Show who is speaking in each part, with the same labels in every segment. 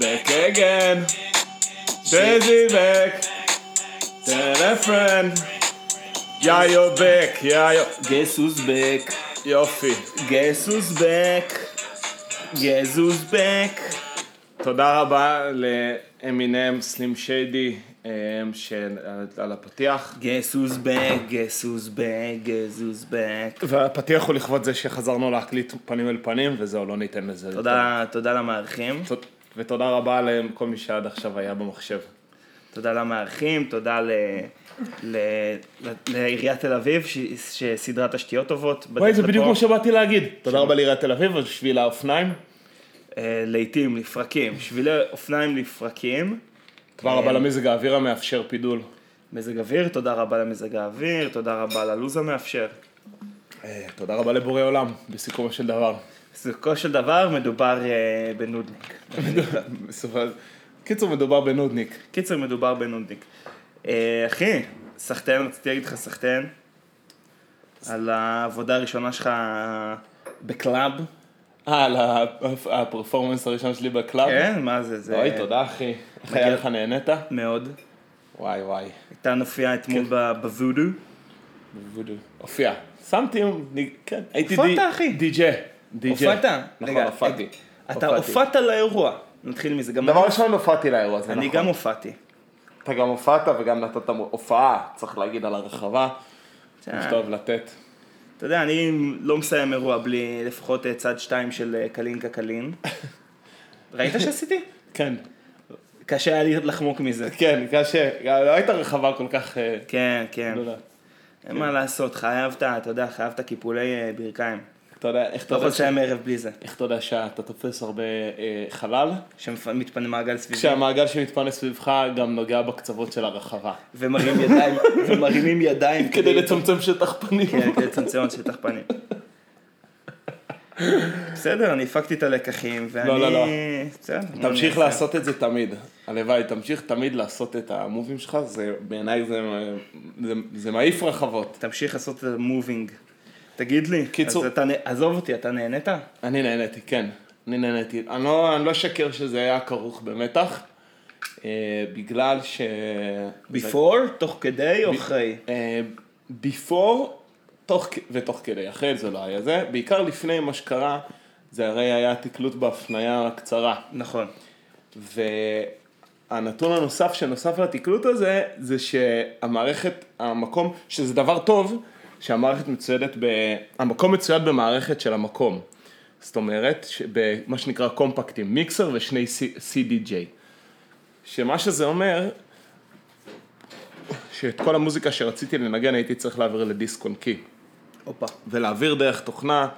Speaker 1: Back again. Daisy back. Tell a friend. Yeah, you're back. Yeah, you're...
Speaker 2: Guess who's back?
Speaker 1: יופי.
Speaker 2: Guess who's back? Guess who's back?
Speaker 1: תודה רבה לאמינם סלים שיידי אה, של- אה, על הפתיח.
Speaker 2: Guess who's back? Guess who's back? Guess who's back?
Speaker 1: והפתיח הוא לכבוד זה שחזרנו להקליט פנים אל פנים, וזהו, לא ניתן לזה.
Speaker 2: תודה, תודה למארחים,
Speaker 1: יותר. ת- ותודה רבה לכל מי שעד עכשיו היה במחשב.
Speaker 2: תודה למארחים, תודה ל... ל... ל... לעיריית תל אביב ש... שסידרה תשתיות טובות.
Speaker 1: וואי,
Speaker 2: בדרך
Speaker 1: זה
Speaker 2: לפה.
Speaker 1: בדיוק מה שבאתי להגיד. תודה רבה לעיריית תל אביב על שביל האופניים.
Speaker 2: אה, לעיתים, לפרקים, שבילי אופניים לפרקים.
Speaker 1: תודה רבה למזג האוויר המאפשר פידול.
Speaker 2: מזג אוויר, תודה רבה למזג האוויר, תודה רבה ללו"ז המאפשר.
Speaker 1: אה, תודה רבה לבורא עולם, בסיכומו של דבר.
Speaker 2: בסופו של דבר מדובר אה, בנודניק.
Speaker 1: בסופו של- קיצור, מדובר בנודניק.
Speaker 2: קיצר, מדובר בנודניק. אה, אחי, סחטיין, רציתי להגיד לך סחטיין, על העבודה הראשונה שלך בקלאב.
Speaker 1: אה, על ה- הפרפורמנס הראשון שלי בקלאב?
Speaker 2: כן, מה זה, זה...
Speaker 1: אוי, תודה אחי. איך היה לך נהנית?
Speaker 2: מאוד.
Speaker 1: וואי וואי.
Speaker 2: הייתה נופיעה אתמול ב- בוודו.
Speaker 1: וודו. הופיע. שמתי, אני- כן, הייתי
Speaker 2: הופעת,
Speaker 1: די-
Speaker 2: אחי.
Speaker 1: די-ג'יי. די-ג'יי.
Speaker 2: הופעת?
Speaker 1: נכון,
Speaker 2: רגע,
Speaker 1: הופעתי.
Speaker 2: אתה
Speaker 1: הופעתי.
Speaker 2: הופעת לאירוע. נתחיל מזה, גם
Speaker 1: דבר ראשון הופעתי לאירוע הזה,
Speaker 2: אני
Speaker 1: נכון.
Speaker 2: גם הופעתי.
Speaker 1: אתה גם הופעת וגם נתת הופעה, צריך להגיד, על הרחבה.
Speaker 2: אה,
Speaker 1: שאתה אוהב לתת.
Speaker 2: אתה יודע, אני לא מסיים אירוע בלי לפחות אה, צד שתיים של אה, קלינקה קלין. ראית שעשיתי?
Speaker 1: כן.
Speaker 2: קשה היה לי לחמוק מזה.
Speaker 1: כן, קשה. לא הייתה רחבה כל כך... אה,
Speaker 2: כן, כן.
Speaker 1: לא יודע.
Speaker 2: אין מה לעשות, חייבת, אתה יודע, חייבת קיפולי אה, ברכיים.
Speaker 1: אתה יודע, איך אתה
Speaker 2: לא יכול
Speaker 1: יודע ש-
Speaker 2: לסיים ערב בלי זה.
Speaker 1: איך אתה יודע שאתה תופס הרבה אה, חלל?
Speaker 2: שמתפנה מעגל סביבי.
Speaker 1: כשהמעגל שמתפרנס סביבך גם נוגע בקצוות של הרחבה.
Speaker 2: ומרים ידיים, ומרימים ידיים.
Speaker 1: כדי לצמצם שטח פנים.
Speaker 2: כן, כדי לצמצם עוד שטח פנים. בסדר, אני הפקתי את הלקחים, ואני...
Speaker 1: לא, לא, לא.
Speaker 2: בסדר. מה אני
Speaker 1: תמשיך
Speaker 2: אעשה?
Speaker 1: לעשות את זה תמיד. הלוואי, תמשיך תמיד לעשות את המובים שלך, זה בעיניי זה, אה, זה, זה מעיף רחבות.
Speaker 2: תמשיך לעשות את המובינג. תגיד לי,
Speaker 1: קיצור-
Speaker 2: אז אתה נ- עזוב אותי, אתה נהנית?
Speaker 1: אני נהניתי, כן. אני נהניתי. אני לא, אני לא אשקר שזה היה כרוך במתח, אה, בגלל ש...
Speaker 2: Before, תוך כדי או אחרי?
Speaker 1: אה, before תוך, כ- ותוך כדי, אחרי זה לא היה זה. בעיקר לפני מה שקרה, זה הרי היה תקלוט בהפניה קצרה.
Speaker 2: נכון.
Speaker 1: והנתון הנוסף שנוסף לתקלוט הזה, זה שהמערכת, המקום, שזה דבר טוב, שהמערכת מצוידת ב... המקום מצויד במערכת של המקום. זאת אומרת, במה שנקרא קומפקטים, מיקסר ושני C- CDJ. שמה שזה אומר, שאת כל המוזיקה שרציתי לנגן הייתי צריך להעביר לדיסק און קי.
Speaker 2: הופה.
Speaker 1: ולהעביר דרך תוכנה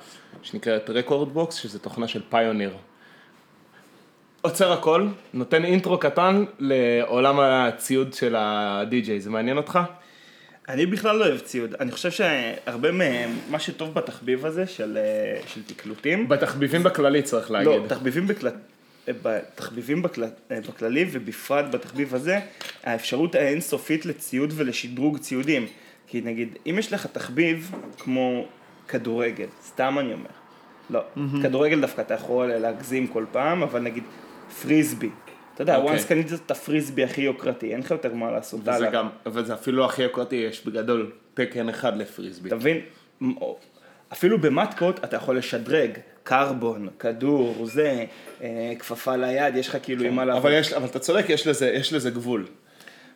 Speaker 1: שנקראת רקורד בוקס, שזו תוכנה של פיוניר. עוצר הכל, נותן אינטרו קטן לעולם הציוד של הדי-ג'יי, זה מעניין אותך?
Speaker 2: אני בכלל לא אוהב ציוד. אני חושב שהרבה מהם, מה שטוב בתחביב הזה של, אה, של תקלוטים,
Speaker 1: בתחביבים בכללי צריך להגיד.
Speaker 2: לא, תחביבים, אה, בכל... בתחביבים בכל... אה, בכללי ובפרט בתחביב הזה, האפשרות האינסופית לציוד ולשדרוג ציודים. כי נגיד, אם יש לך תחביב כמו כדורגל, סתם אני אומר, לא, כדורגל דווקא אתה יכול להגזים כל פעם, אבל נגיד פריסבי. אתה יודע,
Speaker 1: אוקיי.
Speaker 2: once קנית את הפריסבי הכי יוקרתי, אין לך יותר מה לעשות.
Speaker 1: וזה
Speaker 2: הלאה.
Speaker 1: גם, אבל זה אפילו הכי יקרתי יש בגדול תקן אחד לפריסבי.
Speaker 2: אתה מבין? אפילו במטקות אתה יכול לשדרג, קרבון, כדור, זה, אה, כפפה ליד, יש לך כאילו עם מה לעבוד.
Speaker 1: כן. אבל, יש, אבל אתה צודק, יש לזה, יש לזה גבול.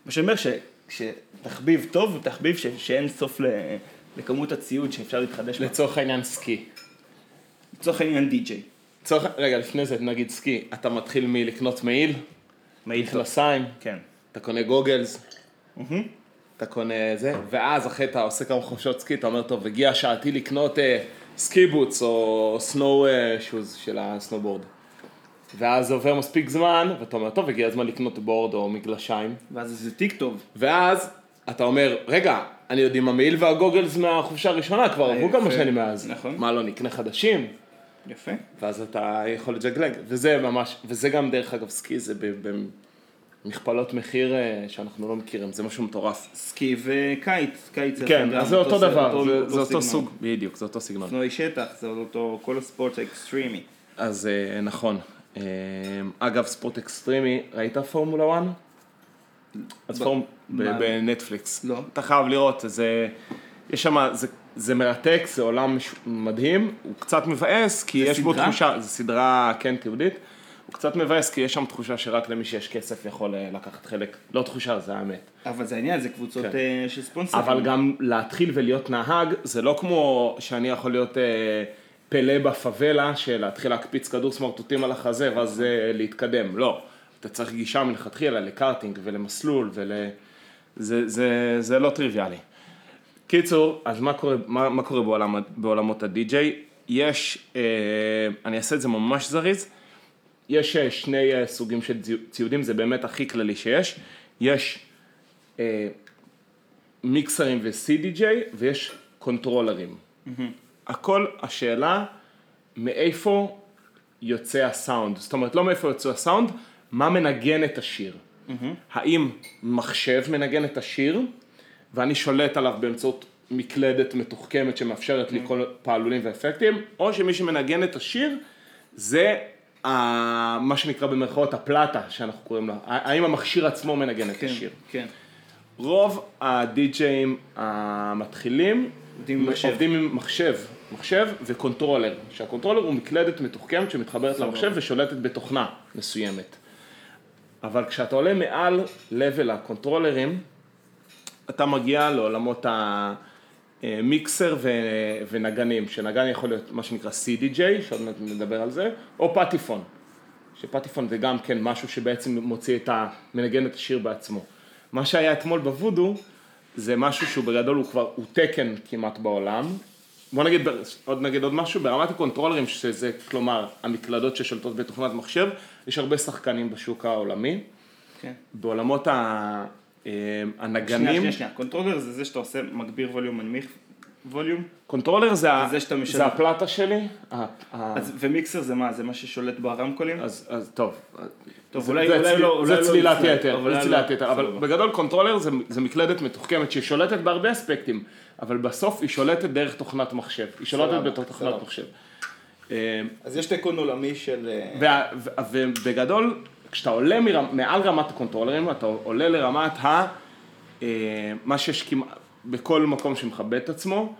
Speaker 2: מה שאומר ש- שתחביב טוב הוא תחביב ש- שאין סוף ל- לכמות הציוד שאפשר להתחדש בה.
Speaker 1: לצורך העניין סקי.
Speaker 2: לצורך העניין די-ג'יי.
Speaker 1: לצורך, רגע, לפני זה נגיד סקי, אתה מתחיל מלקנות מעיל,
Speaker 2: מעיל טוב.
Speaker 1: מכנסיים,
Speaker 2: כן.
Speaker 1: אתה קונה גוגלס,
Speaker 2: מהמם.
Speaker 1: אתה קונה זה, ואז אחרי אתה עושה כמה חופשות סקי, אתה אומר, טוב, הגיע שעתי לקנות אה, סקי בוטס או סנואו אה, שוז של הסנובורד. ואז עובר מספיק זמן, ואתה אומר, טוב, הגיע הזמן לקנות בורד או מגלשיים.
Speaker 2: ואז זה טיק טוב.
Speaker 1: ואז אתה אומר, רגע, אני עוד עם המעיל והגוגלס מהחופשה הראשונה, כבר עברו
Speaker 2: אה, יפה.
Speaker 1: כמה שנים מאז.
Speaker 2: נכון.
Speaker 1: מה לא, נקנה חדשים?
Speaker 2: יפה.
Speaker 1: ואז אתה יכול לג'גלג, וזה ממש, וזה גם דרך אגב סקי, זה ב- במכפלות מחיר אה, שאנחנו לא מכירים, זה משהו מטורף.
Speaker 2: סקי וקיץ, קיץ.
Speaker 1: כן,
Speaker 2: גם
Speaker 1: אז זה אותו
Speaker 2: סג-
Speaker 1: דבר, זה- זה אותו
Speaker 2: סגנון.
Speaker 1: סוג, בדיוק, זה אותו סגנון.
Speaker 2: אופנועי שטח, זה אותו, כל הספורט האקסטרימי.
Speaker 1: אז אה, נכון. אמ, אגב, ספורט אקסטרימי, ראית פורמולה 1? אז
Speaker 3: ב-
Speaker 1: פורמ... ב-
Speaker 3: מה?
Speaker 1: בנטפליקס.
Speaker 3: לא.
Speaker 1: אתה חייב לראות, זה... יש שם... זה... זה מרתק, זה עולם מש... מדהים, הוא קצת מבאס, כי יש בו
Speaker 3: סדרה?
Speaker 1: תחושה, זו סדרה כן תיעודית, הוא קצת מבאס, כי יש שם תחושה שרק למי שיש כסף יכול אה, לקחת חלק, לא תחושה, זה האמת.
Speaker 2: אבל זה העניין, זה קבוצות
Speaker 1: כן.
Speaker 2: אה, של ספונסרים.
Speaker 1: אבל גם להתחיל ולהיות נהג, זה לא כמו שאני יכול להיות אה, פלא בפאבלה, שלהתחיל להקפיץ כדור סמרטוטים על החזה ואז אה, להתקדם, לא. אתה צריך גישה מלכתחילה לקארטינג ולמסלול ול... זה, זה, זה לא טריוויאלי. קיצור, אז מה קורה, מה, מה קורה בעולם, בעולמות הדי-ג'יי? יש, אה, אני אעשה את זה ממש זריז, יש אה, שני אה, סוגים של ציו- ציודים, זה באמת הכי כללי שיש. יש אה, מיקסרים ו-CDJ ויש קונטרולרים. הכל השאלה מאיפה יוצא הסאונד, זאת אומרת לא מאיפה יוצא הסאונד, מה מנגן את השיר. האם מחשב מנגן את השיר ואני שולט עליו באמצעות מקלדת מתוחכמת שמאפשרת לי כל פעלולים ואפקטים, או שמי שמנגן את השיר זה ה- מה שנקרא במרכאות הפלטה שאנחנו קוראים לה, האם המכשיר עצמו מנגן את
Speaker 2: כן,
Speaker 1: השיר.
Speaker 2: כן.
Speaker 1: רוב הדי-ג'אים המתחילים
Speaker 2: עובדים עם מחשב.
Speaker 1: עובדים עם מחשב, מחשב וקונטרולר, שהקונטרולר הוא מקלדת מתוחכמת שמתחברת למחשב ושולטת בתוכנה מסוימת. אבל כשאתה עולה מעל level הקונטרולרים, אתה מגיע לעולמות המיקסר ו... ונגנים, שנגן יכול להיות מה שנקרא CDJ, שעוד מעט נדבר על זה, או פטיפון, שפטיפון זה גם כן משהו שבעצם מוציא את ה... מנגן את השיר בעצמו. מה שהיה אתמול בוודו, זה משהו שהוא בגדול הוא כבר, הוא תקן כמעט בעולם. בוא נגיד, בר- עוד נגיד עוד משהו, ברמת הקונטרולרים, שזה כלומר המקלדות ששולטות בתוכנת מחשב, יש הרבה שחקנים בשוק העולמי.
Speaker 2: כן.
Speaker 1: בעולמות ה- אה,
Speaker 2: שנייה,
Speaker 1: הנגנים,
Speaker 2: שנייה, שנייה. קונטרולר זה זה שאתה עושה מגביר ווליום, מנמיך ווליום.
Speaker 1: קונטרולר זה, ה-
Speaker 2: זה שאתה משלם.
Speaker 1: זה הפלטה שלי, ה- ה-
Speaker 2: אז- ומיקסר זה מה? זה מה ששולט ברמקולים?
Speaker 1: אז, אז טוב.
Speaker 2: כן. טוב,
Speaker 1: זה-
Speaker 2: אולי-
Speaker 1: זה
Speaker 2: אולי
Speaker 1: צליל-
Speaker 2: לא- אולי
Speaker 1: זה
Speaker 2: לא
Speaker 1: צלילת
Speaker 2: ישראל,
Speaker 1: יתר,
Speaker 2: אבל
Speaker 1: זה
Speaker 2: לא-
Speaker 1: צלילת יתר, אבל
Speaker 2: סבבה.
Speaker 1: בגדול קונטרולר זה- זה מקלדת מתוחכמת שהיא שולטת בהרבה אספקטים, אבל בסוף היא שולטת דרך תוכנת מחשב, היא שולטת
Speaker 2: סבבה,
Speaker 1: בתוכנת
Speaker 2: סבבה.
Speaker 1: מחשב. אה,
Speaker 2: אז יש תיקון עולמי של... אה,
Speaker 1: וה- ו- ובגדול, כשאתה עולה מרמ- מעל רמת הקונטרולרים, אתה עולה לרמת ה... אה, מה שיש כמעט בכל מקום שמכבד את עצמו,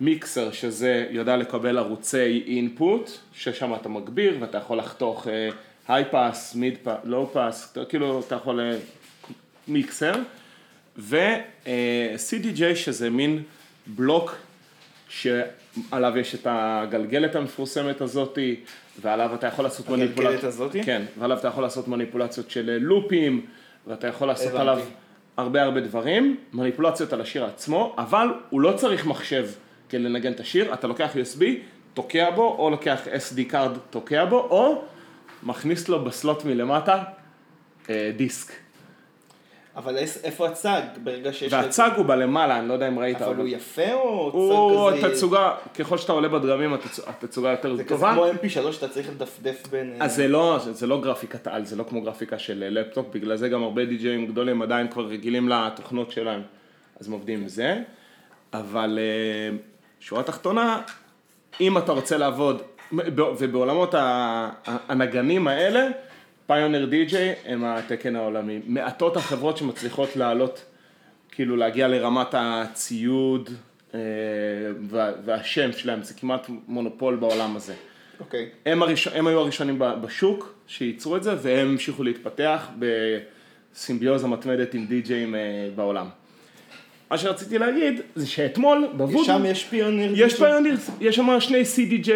Speaker 1: מיקסר שזה יודע לקבל ערוצי אינפוט, ששם אתה מגביר ואתה יכול לחתוך אה, היי פאס, מיד פאס, לואו פאס, כאילו אתה יכול אה, מיקסר, ו-CDJ שזה מין בלוק שעליו יש את הגלגלת המפורסמת הזאתי, ועליו אתה יכול לעשות
Speaker 2: הגלגלת
Speaker 1: מניפולציות,
Speaker 2: הזאתי?
Speaker 1: כן, ועליו אתה יכול לעשות מניפולציות של אה, לופים, ואתה יכול לעשות
Speaker 2: הבנתי.
Speaker 1: עליו הרבה הרבה דברים, מניפולציות על השיר עצמו, אבל הוא לא צריך מחשב כדי לנגן את השיר, אתה לוקח USB, תוקע בו, או לוקח SD קארד, תוקע בו, או מכניס לו בסלוט מלמטה אה, דיסק.
Speaker 4: אבל איס- איפה הצג? ברגע שיש... לך-
Speaker 1: והצג הוא בלמעלה, אני לא יודע אם ראית.
Speaker 4: אבל הוא יפה או
Speaker 1: הוא
Speaker 4: צג כזה...
Speaker 1: התצוגה, ככל שאתה עולה בדרמים התצ- התצוגה יותר
Speaker 4: זה כזה
Speaker 1: טובה.
Speaker 4: כמו mp3 שאתה צריך לדפדף בין... אה,
Speaker 1: אז זה לא, זה לא גרפיקת על, זה לא כמו גרפיקה של אה, לפטופ, בגלל זה גם הרבה די-ג'אים גדולים עדיין כבר רגילים לתוכנות שלהם, אז הם עובדים עם זה, אבל אה, שורה תחתונה, אם אתה רוצה לעבוד, ובעולמות ה- הנגנים האלה, פיונר די-ג'יי הם התקן העולמי. מעטות החברות שמצליחות לעלות, כאילו להגיע לרמת הציוד אה, וה- והשם שלהם, זה כמעט מונופול בעולם הזה.
Speaker 4: אוקיי.
Speaker 1: הם, הראש... הם היו הראשונים ב- בשוק שייצרו את זה, והם המשיכו להתפתח בסימביוזה מתמדת עם די-ג'אים אה, בעולם. מה שרציתי להגיד, זה שאתמול בוודו,
Speaker 4: שם יש פיונר...
Speaker 1: יש פיוניר, יש שם שני CDJ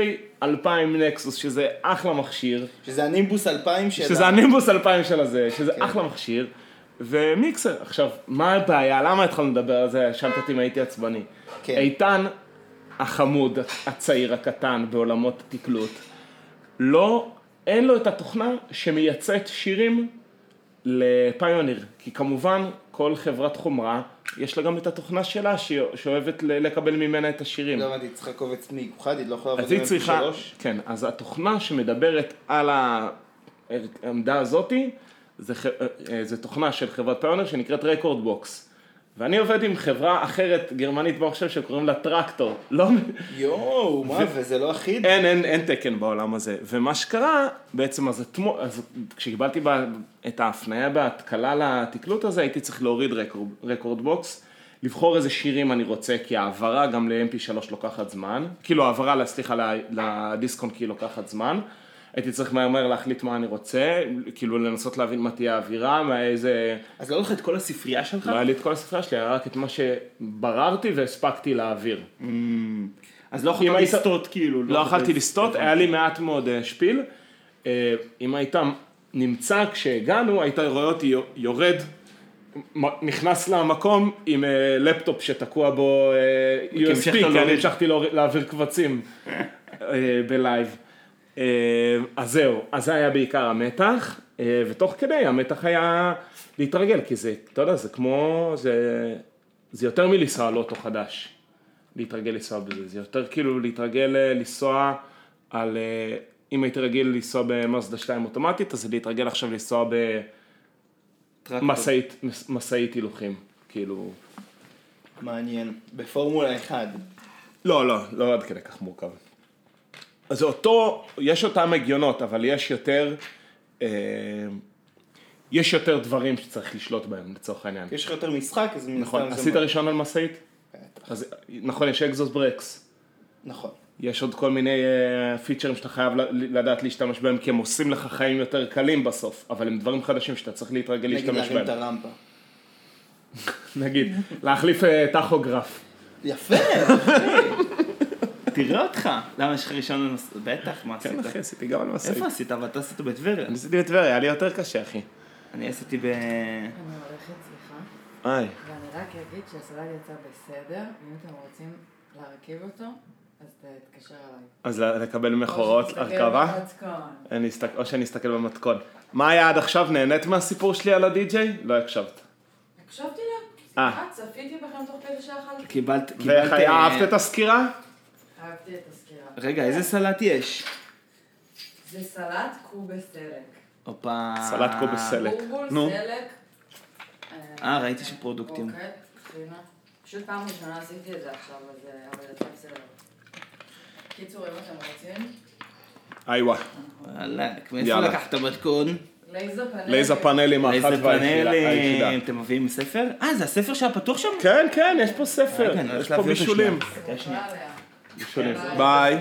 Speaker 1: 2000 נקסוס, שזה אחלה מכשיר,
Speaker 4: שזה הנימבוס 2000 שלה.
Speaker 1: שזה הנימבוס 2000 של הזה, שזה
Speaker 4: כן.
Speaker 1: אחלה מכשיר, ומיקסר. עכשיו, מה הבעיה? למה התחלנו לדבר על זה? האשמת אותי אם הייתי עצבני.
Speaker 4: כן.
Speaker 1: איתן החמוד, הצעיר הקטן בעולמות התקלוט, לא, אין לו את התוכנה שמייצאת שירים לפיוניר, כי כמובן כל חברת חומרה, יש לה גם את התוכנה שלה שהיא- שאוהבת ל- לקבל ממנה את השירים.
Speaker 4: לא הבנתי, צריכה קובץ מיוחד, היא לא יכולה
Speaker 1: אז
Speaker 4: לעבוד עם
Speaker 1: היא צריכה,
Speaker 4: mp3.
Speaker 1: כן, אז התוכנה שמדברת על העמדה הזאתי, זה, ח- אה, אה, זה תוכנה של חברת פיונר שנקראת רקורד בוקס. ואני עובד עם חברה אחרת גרמנית במחשב שקוראים לה טרקטור. לא,
Speaker 4: יואו, מה, וזה לא אחיד?
Speaker 1: אין, אין, אין תקן בעולם הזה. ומה שקרה, בעצם, אז, אתמו, אז כשקיבלתי בה, את ההפניה בהתקלה לתקלוט הזה, הייתי צריך להוריד רקורד, רקורד בוקס, לבחור איזה שירים אני רוצה, כי העברה גם ל-MP3 לוקחת זמן, כאילו העברה, ל- סליחה, ל- לדיסקון כי לוקחת זמן. הייתי צריך מהר מהר להחליט מה אני רוצה, כאילו לנסות להבין מה תהיה האווירה, מה איזה...
Speaker 4: אז לא הולך את כל הספרייה שלך?
Speaker 1: לא היה לי את כל הספרייה שלי, היה רק את מה שבררתי והספקתי להעביר.
Speaker 2: אז לא
Speaker 1: אם
Speaker 2: יכולת
Speaker 1: היית-
Speaker 2: לסטות כאילו.
Speaker 1: לא יכלתי
Speaker 2: יכולת-
Speaker 1: לסטות, היה לי מעט מאוד אה, שפיל. אה, אם היית נמצא כשהגענו, היית רואה אותי יורד, מ- נכנס למקום עם אה, לפטופ שתקוע בו אה,
Speaker 2: המשכת
Speaker 1: USB, כי
Speaker 2: להוריד.
Speaker 1: אני המשכתי להור- להעביר קבצים אה, בלייב. אה, אז זהו, אז זה היה בעיקר המתח, אה, ותוך כדי המתח היה להתרגל, כי זה, אתה יודע, זה כמו, זה, זה יותר מלנסוע על אוטו חדש. להתרגל לנסוע בזה, זה יותר כאילו להתרגל אה, לנסוע על, אה, אם הייתי רגיל לנסוע במאזדה 2 אוטומטית, אז להתרגל עכשיו לנסוע
Speaker 2: טרקטור.
Speaker 1: במשאית, מס- משאית הילוכים, כאילו.
Speaker 4: מעניין. בפורמולה 1.
Speaker 1: לא, לא, לא עד כדי כך מורכב. אז זה אותו, יש אותם הגיונות, אבל יש יותר, אה, יש יותר דברים שצריך לשלוט בהם לצורך העניין.
Speaker 4: יש לך יותר משחק, אז מן
Speaker 1: נכון,
Speaker 4: הסתם זה
Speaker 1: עשית
Speaker 4: מאוד-
Speaker 1: ראשון על משאית? אז נכון, יש אקזוס ברקס.
Speaker 4: נכון.
Speaker 1: יש עוד כל מיני אה, פיצ'רים שאתה חייב ל- לדעת להשתמש בהם, כי הם עושים לך חיים יותר קלים בסוף, אבל הם דברים חדשים שאתה צריך להתרגל
Speaker 4: נגיד
Speaker 1: להשתמש
Speaker 4: להרים את
Speaker 1: בהם.
Speaker 4: הרמפה.
Speaker 1: נגיד, להחליף אה, טכוגרף.
Speaker 4: יפה!
Speaker 2: תראה אותך. למה יש לך ראשון לנוס... בטח, מה עשית?
Speaker 1: כן, עשיתי גם על
Speaker 2: איפה עשית? אבל אתה עשית בטבריה.
Speaker 1: עשיתי בטבריה, היה לי יותר קשה, אחי.
Speaker 2: אני עשיתי ב...
Speaker 3: אני הולכת, סליחה,
Speaker 1: איי.
Speaker 3: ואני רק אגיד שהסלט יצא בסדר, אם אתם רוצים להרכיב אותו, אז תתקשר אליי. כן,
Speaker 1: אז ל- לקבל ממך
Speaker 3: או
Speaker 1: הוראות
Speaker 3: שתסתכל
Speaker 1: הרכבה?
Speaker 3: במתכון.
Speaker 1: אני אסתק- או שאני אסתכל במתכון. מה היה עד עכשיו? נהנית מהסיפור שלי על הדי-ג'יי? לא הקשבת.
Speaker 3: הקשבתי לה,
Speaker 1: אה.
Speaker 3: סליחה, צפיתי בכם תוך כדי שאכלתי.
Speaker 2: קיבלת...
Speaker 1: ואיך
Speaker 2: קיבלת,
Speaker 1: היה?
Speaker 2: אה,
Speaker 1: אהבת את הסקירה?
Speaker 3: אהבתי את הסקירה.
Speaker 2: רגע, איזה סלט יש?
Speaker 3: זה סלט קובה סלק.
Speaker 2: הופה.
Speaker 1: סלט קובה סלק.
Speaker 3: בורבול,
Speaker 2: נו.
Speaker 3: סלק.
Speaker 2: אה, ראיתי שפרודוקטים.
Speaker 3: רוקט, חינה. פשוט פעם ראשונה עשיתי את זה עכשיו, אז אה, אבל יצא בסדר. קיצור, אם אתם רוצים,
Speaker 1: איי וואי.
Speaker 2: וואלכ, מאיפה
Speaker 1: יאללה.
Speaker 2: לקחת מתכון?
Speaker 3: לייזר פאנלים.
Speaker 1: לאיזה פאנלים האחת
Speaker 2: איזה
Speaker 1: והיחידה. היחידה.
Speaker 2: פאנלים? אתם מביאים ספר? אה, זה הספר שהיה פתוח שם?
Speaker 1: כן, כן, יש פה ספר.
Speaker 2: רגע, אני הולך
Speaker 1: יש פה
Speaker 2: אה, להביא אותו שנייה.
Speaker 1: בישולים.
Speaker 2: רגע, שנייה.
Speaker 1: שונים. ביי.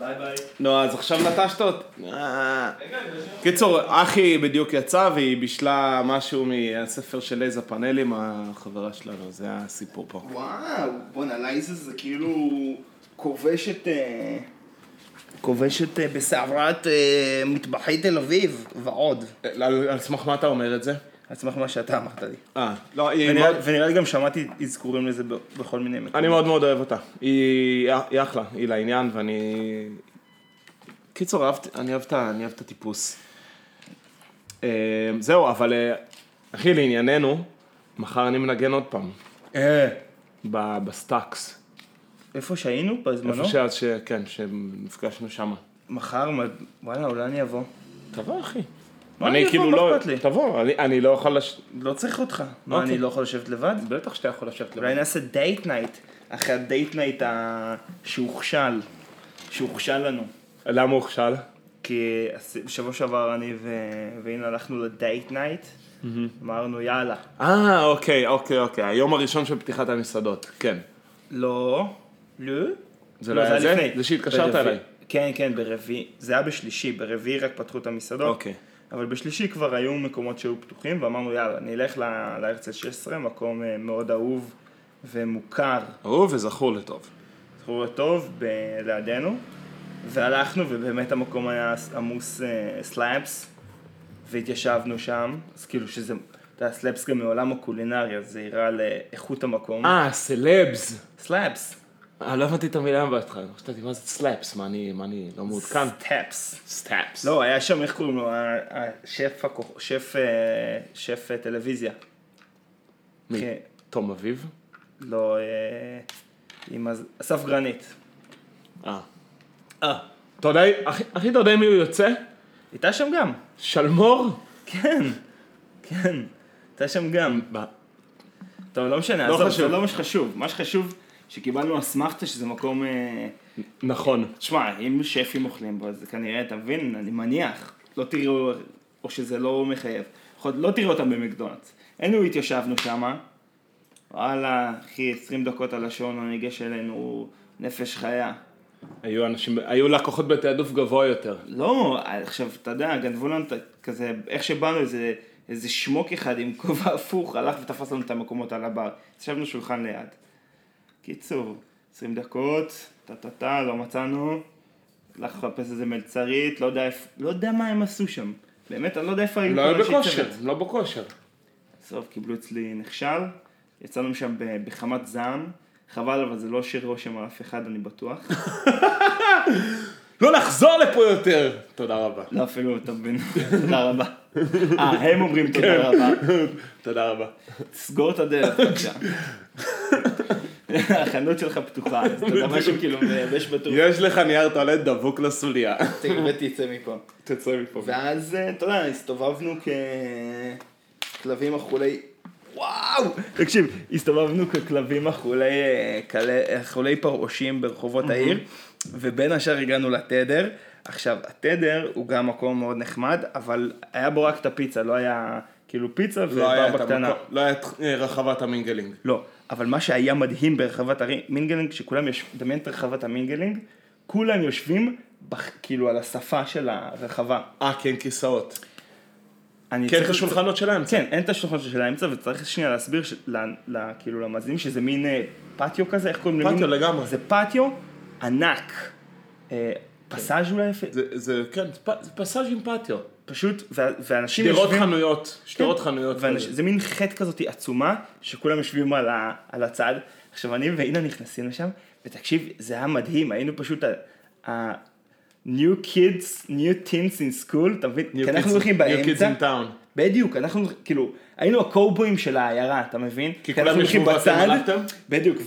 Speaker 2: ביי ביי.
Speaker 1: נו, אז עכשיו נטשת אותי. אה. קיצור, אחי בדיוק יצא והיא בישלה משהו מהספר של לייז הפאנלים, החברה שלנו, זה הסיפור פה.
Speaker 2: וואו, בואנה, לייזר זה כאילו כובשת... אה, כובשת אה, בסערת אה, מטבחי תל אביב, ועוד.
Speaker 1: על על סמך מה אתה אומר את זה?
Speaker 2: על סמך מה שאתה אמרת לי.
Speaker 1: אה, לא, היא מאוד...
Speaker 2: ונראה- ונראה לי גם שמעתי אזכורים לזה ב- בכל מיני מקומות.
Speaker 1: אני מאוד מאוד אוהב אותה. היא היא אחלה, היא לעניין ואני... קיצור, אהבת- אני אוהב את ה- אני אוהב את הטיפוס. אה, זהו, אבל אה, אחי, לענייננו, מחר אני מנגן עוד פעם,
Speaker 2: אה,
Speaker 1: ב- בסטאקס.
Speaker 2: איפה שהיינו בזמנו?
Speaker 1: איפה שאז, ש- כן, שנפגשנו שם.
Speaker 2: מחר, מ- וואלה, אולי אני אבוא.
Speaker 1: תבוא אחי.
Speaker 2: מה אני אבוא? מה
Speaker 1: לא...
Speaker 2: אכפת לי?
Speaker 1: תבוא, אני- אני לא יכול... לש-
Speaker 2: לא צריך אותך. מה,
Speaker 1: אוקיי.
Speaker 2: אני לא יכול לשבת לבד?
Speaker 1: בטח שאתה יכול לשבת
Speaker 2: אולי
Speaker 1: לבד.
Speaker 2: נעשה דייט נייט, אחרי הדייט נייט ה... שהוכשל, שהוכשל לנו.
Speaker 1: למה הוכשל?
Speaker 2: כי הס- בשבוע שעבר אני ו... והנה הלכנו לדייט נייט, אמרנו יאללה.
Speaker 1: אה, אוקיי, אוקיי, אוקיי. היום הראשון של פתיחת המסעדות, כן.
Speaker 2: לא, לא.
Speaker 1: זה לא היה זה?
Speaker 2: לפני.
Speaker 1: זה שהתקשרת
Speaker 2: ברביעי.
Speaker 1: אליי.
Speaker 2: כן, כן, ברביעי, זה היה בשלישי, ברביעי רק פתחו את המסעדות.
Speaker 1: אוקיי.
Speaker 2: אבל בשלישי כבר היו מקומות שהיו פתוחים, ואמרנו יאללה, נלך ל- להרצל 16, מקום אה, מאוד אהוב ומוכר
Speaker 1: אהוב וזכור לטוב.
Speaker 2: זכור לטוב ב- לידינו, והלכנו ובאמת המקום היה עמוס סלאפס, והתיישבנו שם, אז כאילו שזה, אתה יודע, סלאפס גם מעולם הקולינריה, זה הראה לאיכות המקום.
Speaker 1: אה, סלבס.
Speaker 2: סלאפס.
Speaker 1: אה, לא הבנתי את המילה בהתחלה. חשבתי, מה זה סלאפס? מה אני, מה אני, לא מעודכן?
Speaker 2: סטאפס.
Speaker 1: סטאפס.
Speaker 2: לא, היה שם, איך קוראים לו, ה- השף, הכוכ- שף, אה, שף אה, טלוויזיה.
Speaker 1: מי?
Speaker 2: כן.
Speaker 1: תום אביב?
Speaker 2: לא, אה, עם הז- אסף גרנית.
Speaker 1: אה.
Speaker 2: אה.
Speaker 1: אתה יודע, אחי, אחי, אתה יודע מי הוא יוצא?
Speaker 2: הייתה שם גם.
Speaker 1: שלמור?
Speaker 2: כן, כן. הייתה שם גם. טוב, לא משנה,
Speaker 1: לא
Speaker 2: עזוב,
Speaker 1: חשוב.
Speaker 2: זה לא מה שחשוב. מה שחשוב, שקיבלנו אסמכתה שזה מקום... אה,
Speaker 1: נכון.
Speaker 2: תשמע, אם שפים אוכלים בו, אז כנראה, אתה מבין, אני מניח, לא תראו, או שזה לא מחייב. יכול להיות, לא תראו אותם במקדונלדס. היינו, התיישבנו שמה, וואלה, אחי, 20 דקות על השעון, הוא ניגש אלינו, נפש חיה.
Speaker 1: היו אנשים, היו לקוחות בתעדוף גבוה יותר.
Speaker 2: לא, עכשיו, אתה יודע, גנבו לנו את ה- כזה, איך שבאנו, איזה, איזה שמוק אחד עם כובע הפוך, הלך ותפס לנו את המקומות על הבר. ישבנו שולחן ליד. קיצור, 20 דקות, טה-טה-טה, לא מצאנו. הלך לחפש איזה מלצרית, לא יודע איפה, לא יודע מה הם עשו שם. באמת, אני לא יודע איפה היו
Speaker 1: לא
Speaker 2: כל
Speaker 1: היו
Speaker 2: אנשי
Speaker 1: בכושר,
Speaker 2: צוות.
Speaker 1: לא בכושר.
Speaker 2: בסוף קיבלו אצלי נכשל, יצאנו משם ב- בחמת זעם. חבל, אבל זה לא השאיר רושם על אף אחד, אני בטוח.
Speaker 1: לא נחזור לפה יותר! תודה רבה.
Speaker 2: לא, אפילו אתה מבין. תודה רבה. אה, הם אומרים
Speaker 1: כן.
Speaker 2: תודה רבה.
Speaker 1: תודה רבה.
Speaker 2: סגור את הדלת בבקשה. החנות שלך פתוחה, אז אתה יודע משהו כאילו מייבש בטוח.
Speaker 1: יש לך נייר טואלט דבוק לסוליה.
Speaker 4: ותצא מפה.
Speaker 1: תצא מפה.
Speaker 4: ואז, אה, אתה יודע, הסתובבנו ככלבים אכולי...
Speaker 2: וואו! תקשיב, הסתובבנו ככלבים אכולי, אה, כלה- אכולי פרעושים ברחובות העיר, ובין השאר הגענו לתדר. עכשיו, התדר הוא גם מקום מאוד נחמד, אבל היה בו רק את הפיצה, לא היה כאילו פיצה
Speaker 1: לא היה
Speaker 2: וברבה
Speaker 1: את
Speaker 2: קטנה.
Speaker 1: המקום- לא היה את אה, רחבת המינגלינג.
Speaker 2: לא, אבל מה שהיה מדהים ברחבת המינגלינג, שכולם יש... דמיין את רחבת המינגלינג, כולם יושבים בח... כאילו על השפה של הרחבה.
Speaker 1: אה, כי אין כיסאות.
Speaker 2: אני
Speaker 1: כי אין
Speaker 2: כן, צריך-
Speaker 1: את השולחנות שלהם.
Speaker 2: כן, אין את השולחנות של האמצע, וצריך שנייה להסביר ש... ל... ל... כאילו למאזינים שזה מין אה, פטיו כזה, איך קוראים
Speaker 1: פטיו לא-
Speaker 2: למין-
Speaker 1: לגמרי.
Speaker 2: זה פטיו ענק. אה, פסאז' אולי יפה,
Speaker 1: כן. זה- זה, כן, זה פ- זה פסאז' עם פטיו.
Speaker 2: פשוט, וה- ואנשים
Speaker 1: שדרות
Speaker 2: יושבים... כן.
Speaker 1: חנויות. שדרות חנויות.
Speaker 2: ואנש...
Speaker 1: כזה.
Speaker 2: זה מין חטא כזאת עצומה, שכולם יושבים על, ה... על הצד. עכשיו, אני ואינה נכנסים לשם, ותקשיב, זה היה מדהים, היינו פשוט ה... ה... New kids, new teens in school, אתה מבין?
Speaker 1: New
Speaker 2: כי אנחנו
Speaker 1: Kids-
Speaker 2: הולכים באמצע.
Speaker 1: New Kids in Town.
Speaker 2: בדיוק, אנחנו כאילו, היינו הקאובויים של העיירה, אתה מבין?
Speaker 1: כי
Speaker 2: אנחנו
Speaker 1: כולם
Speaker 2: הולכים
Speaker 1: ישבו ואתם
Speaker 2: בצד,
Speaker 1: הלכתם?
Speaker 2: בדיוק,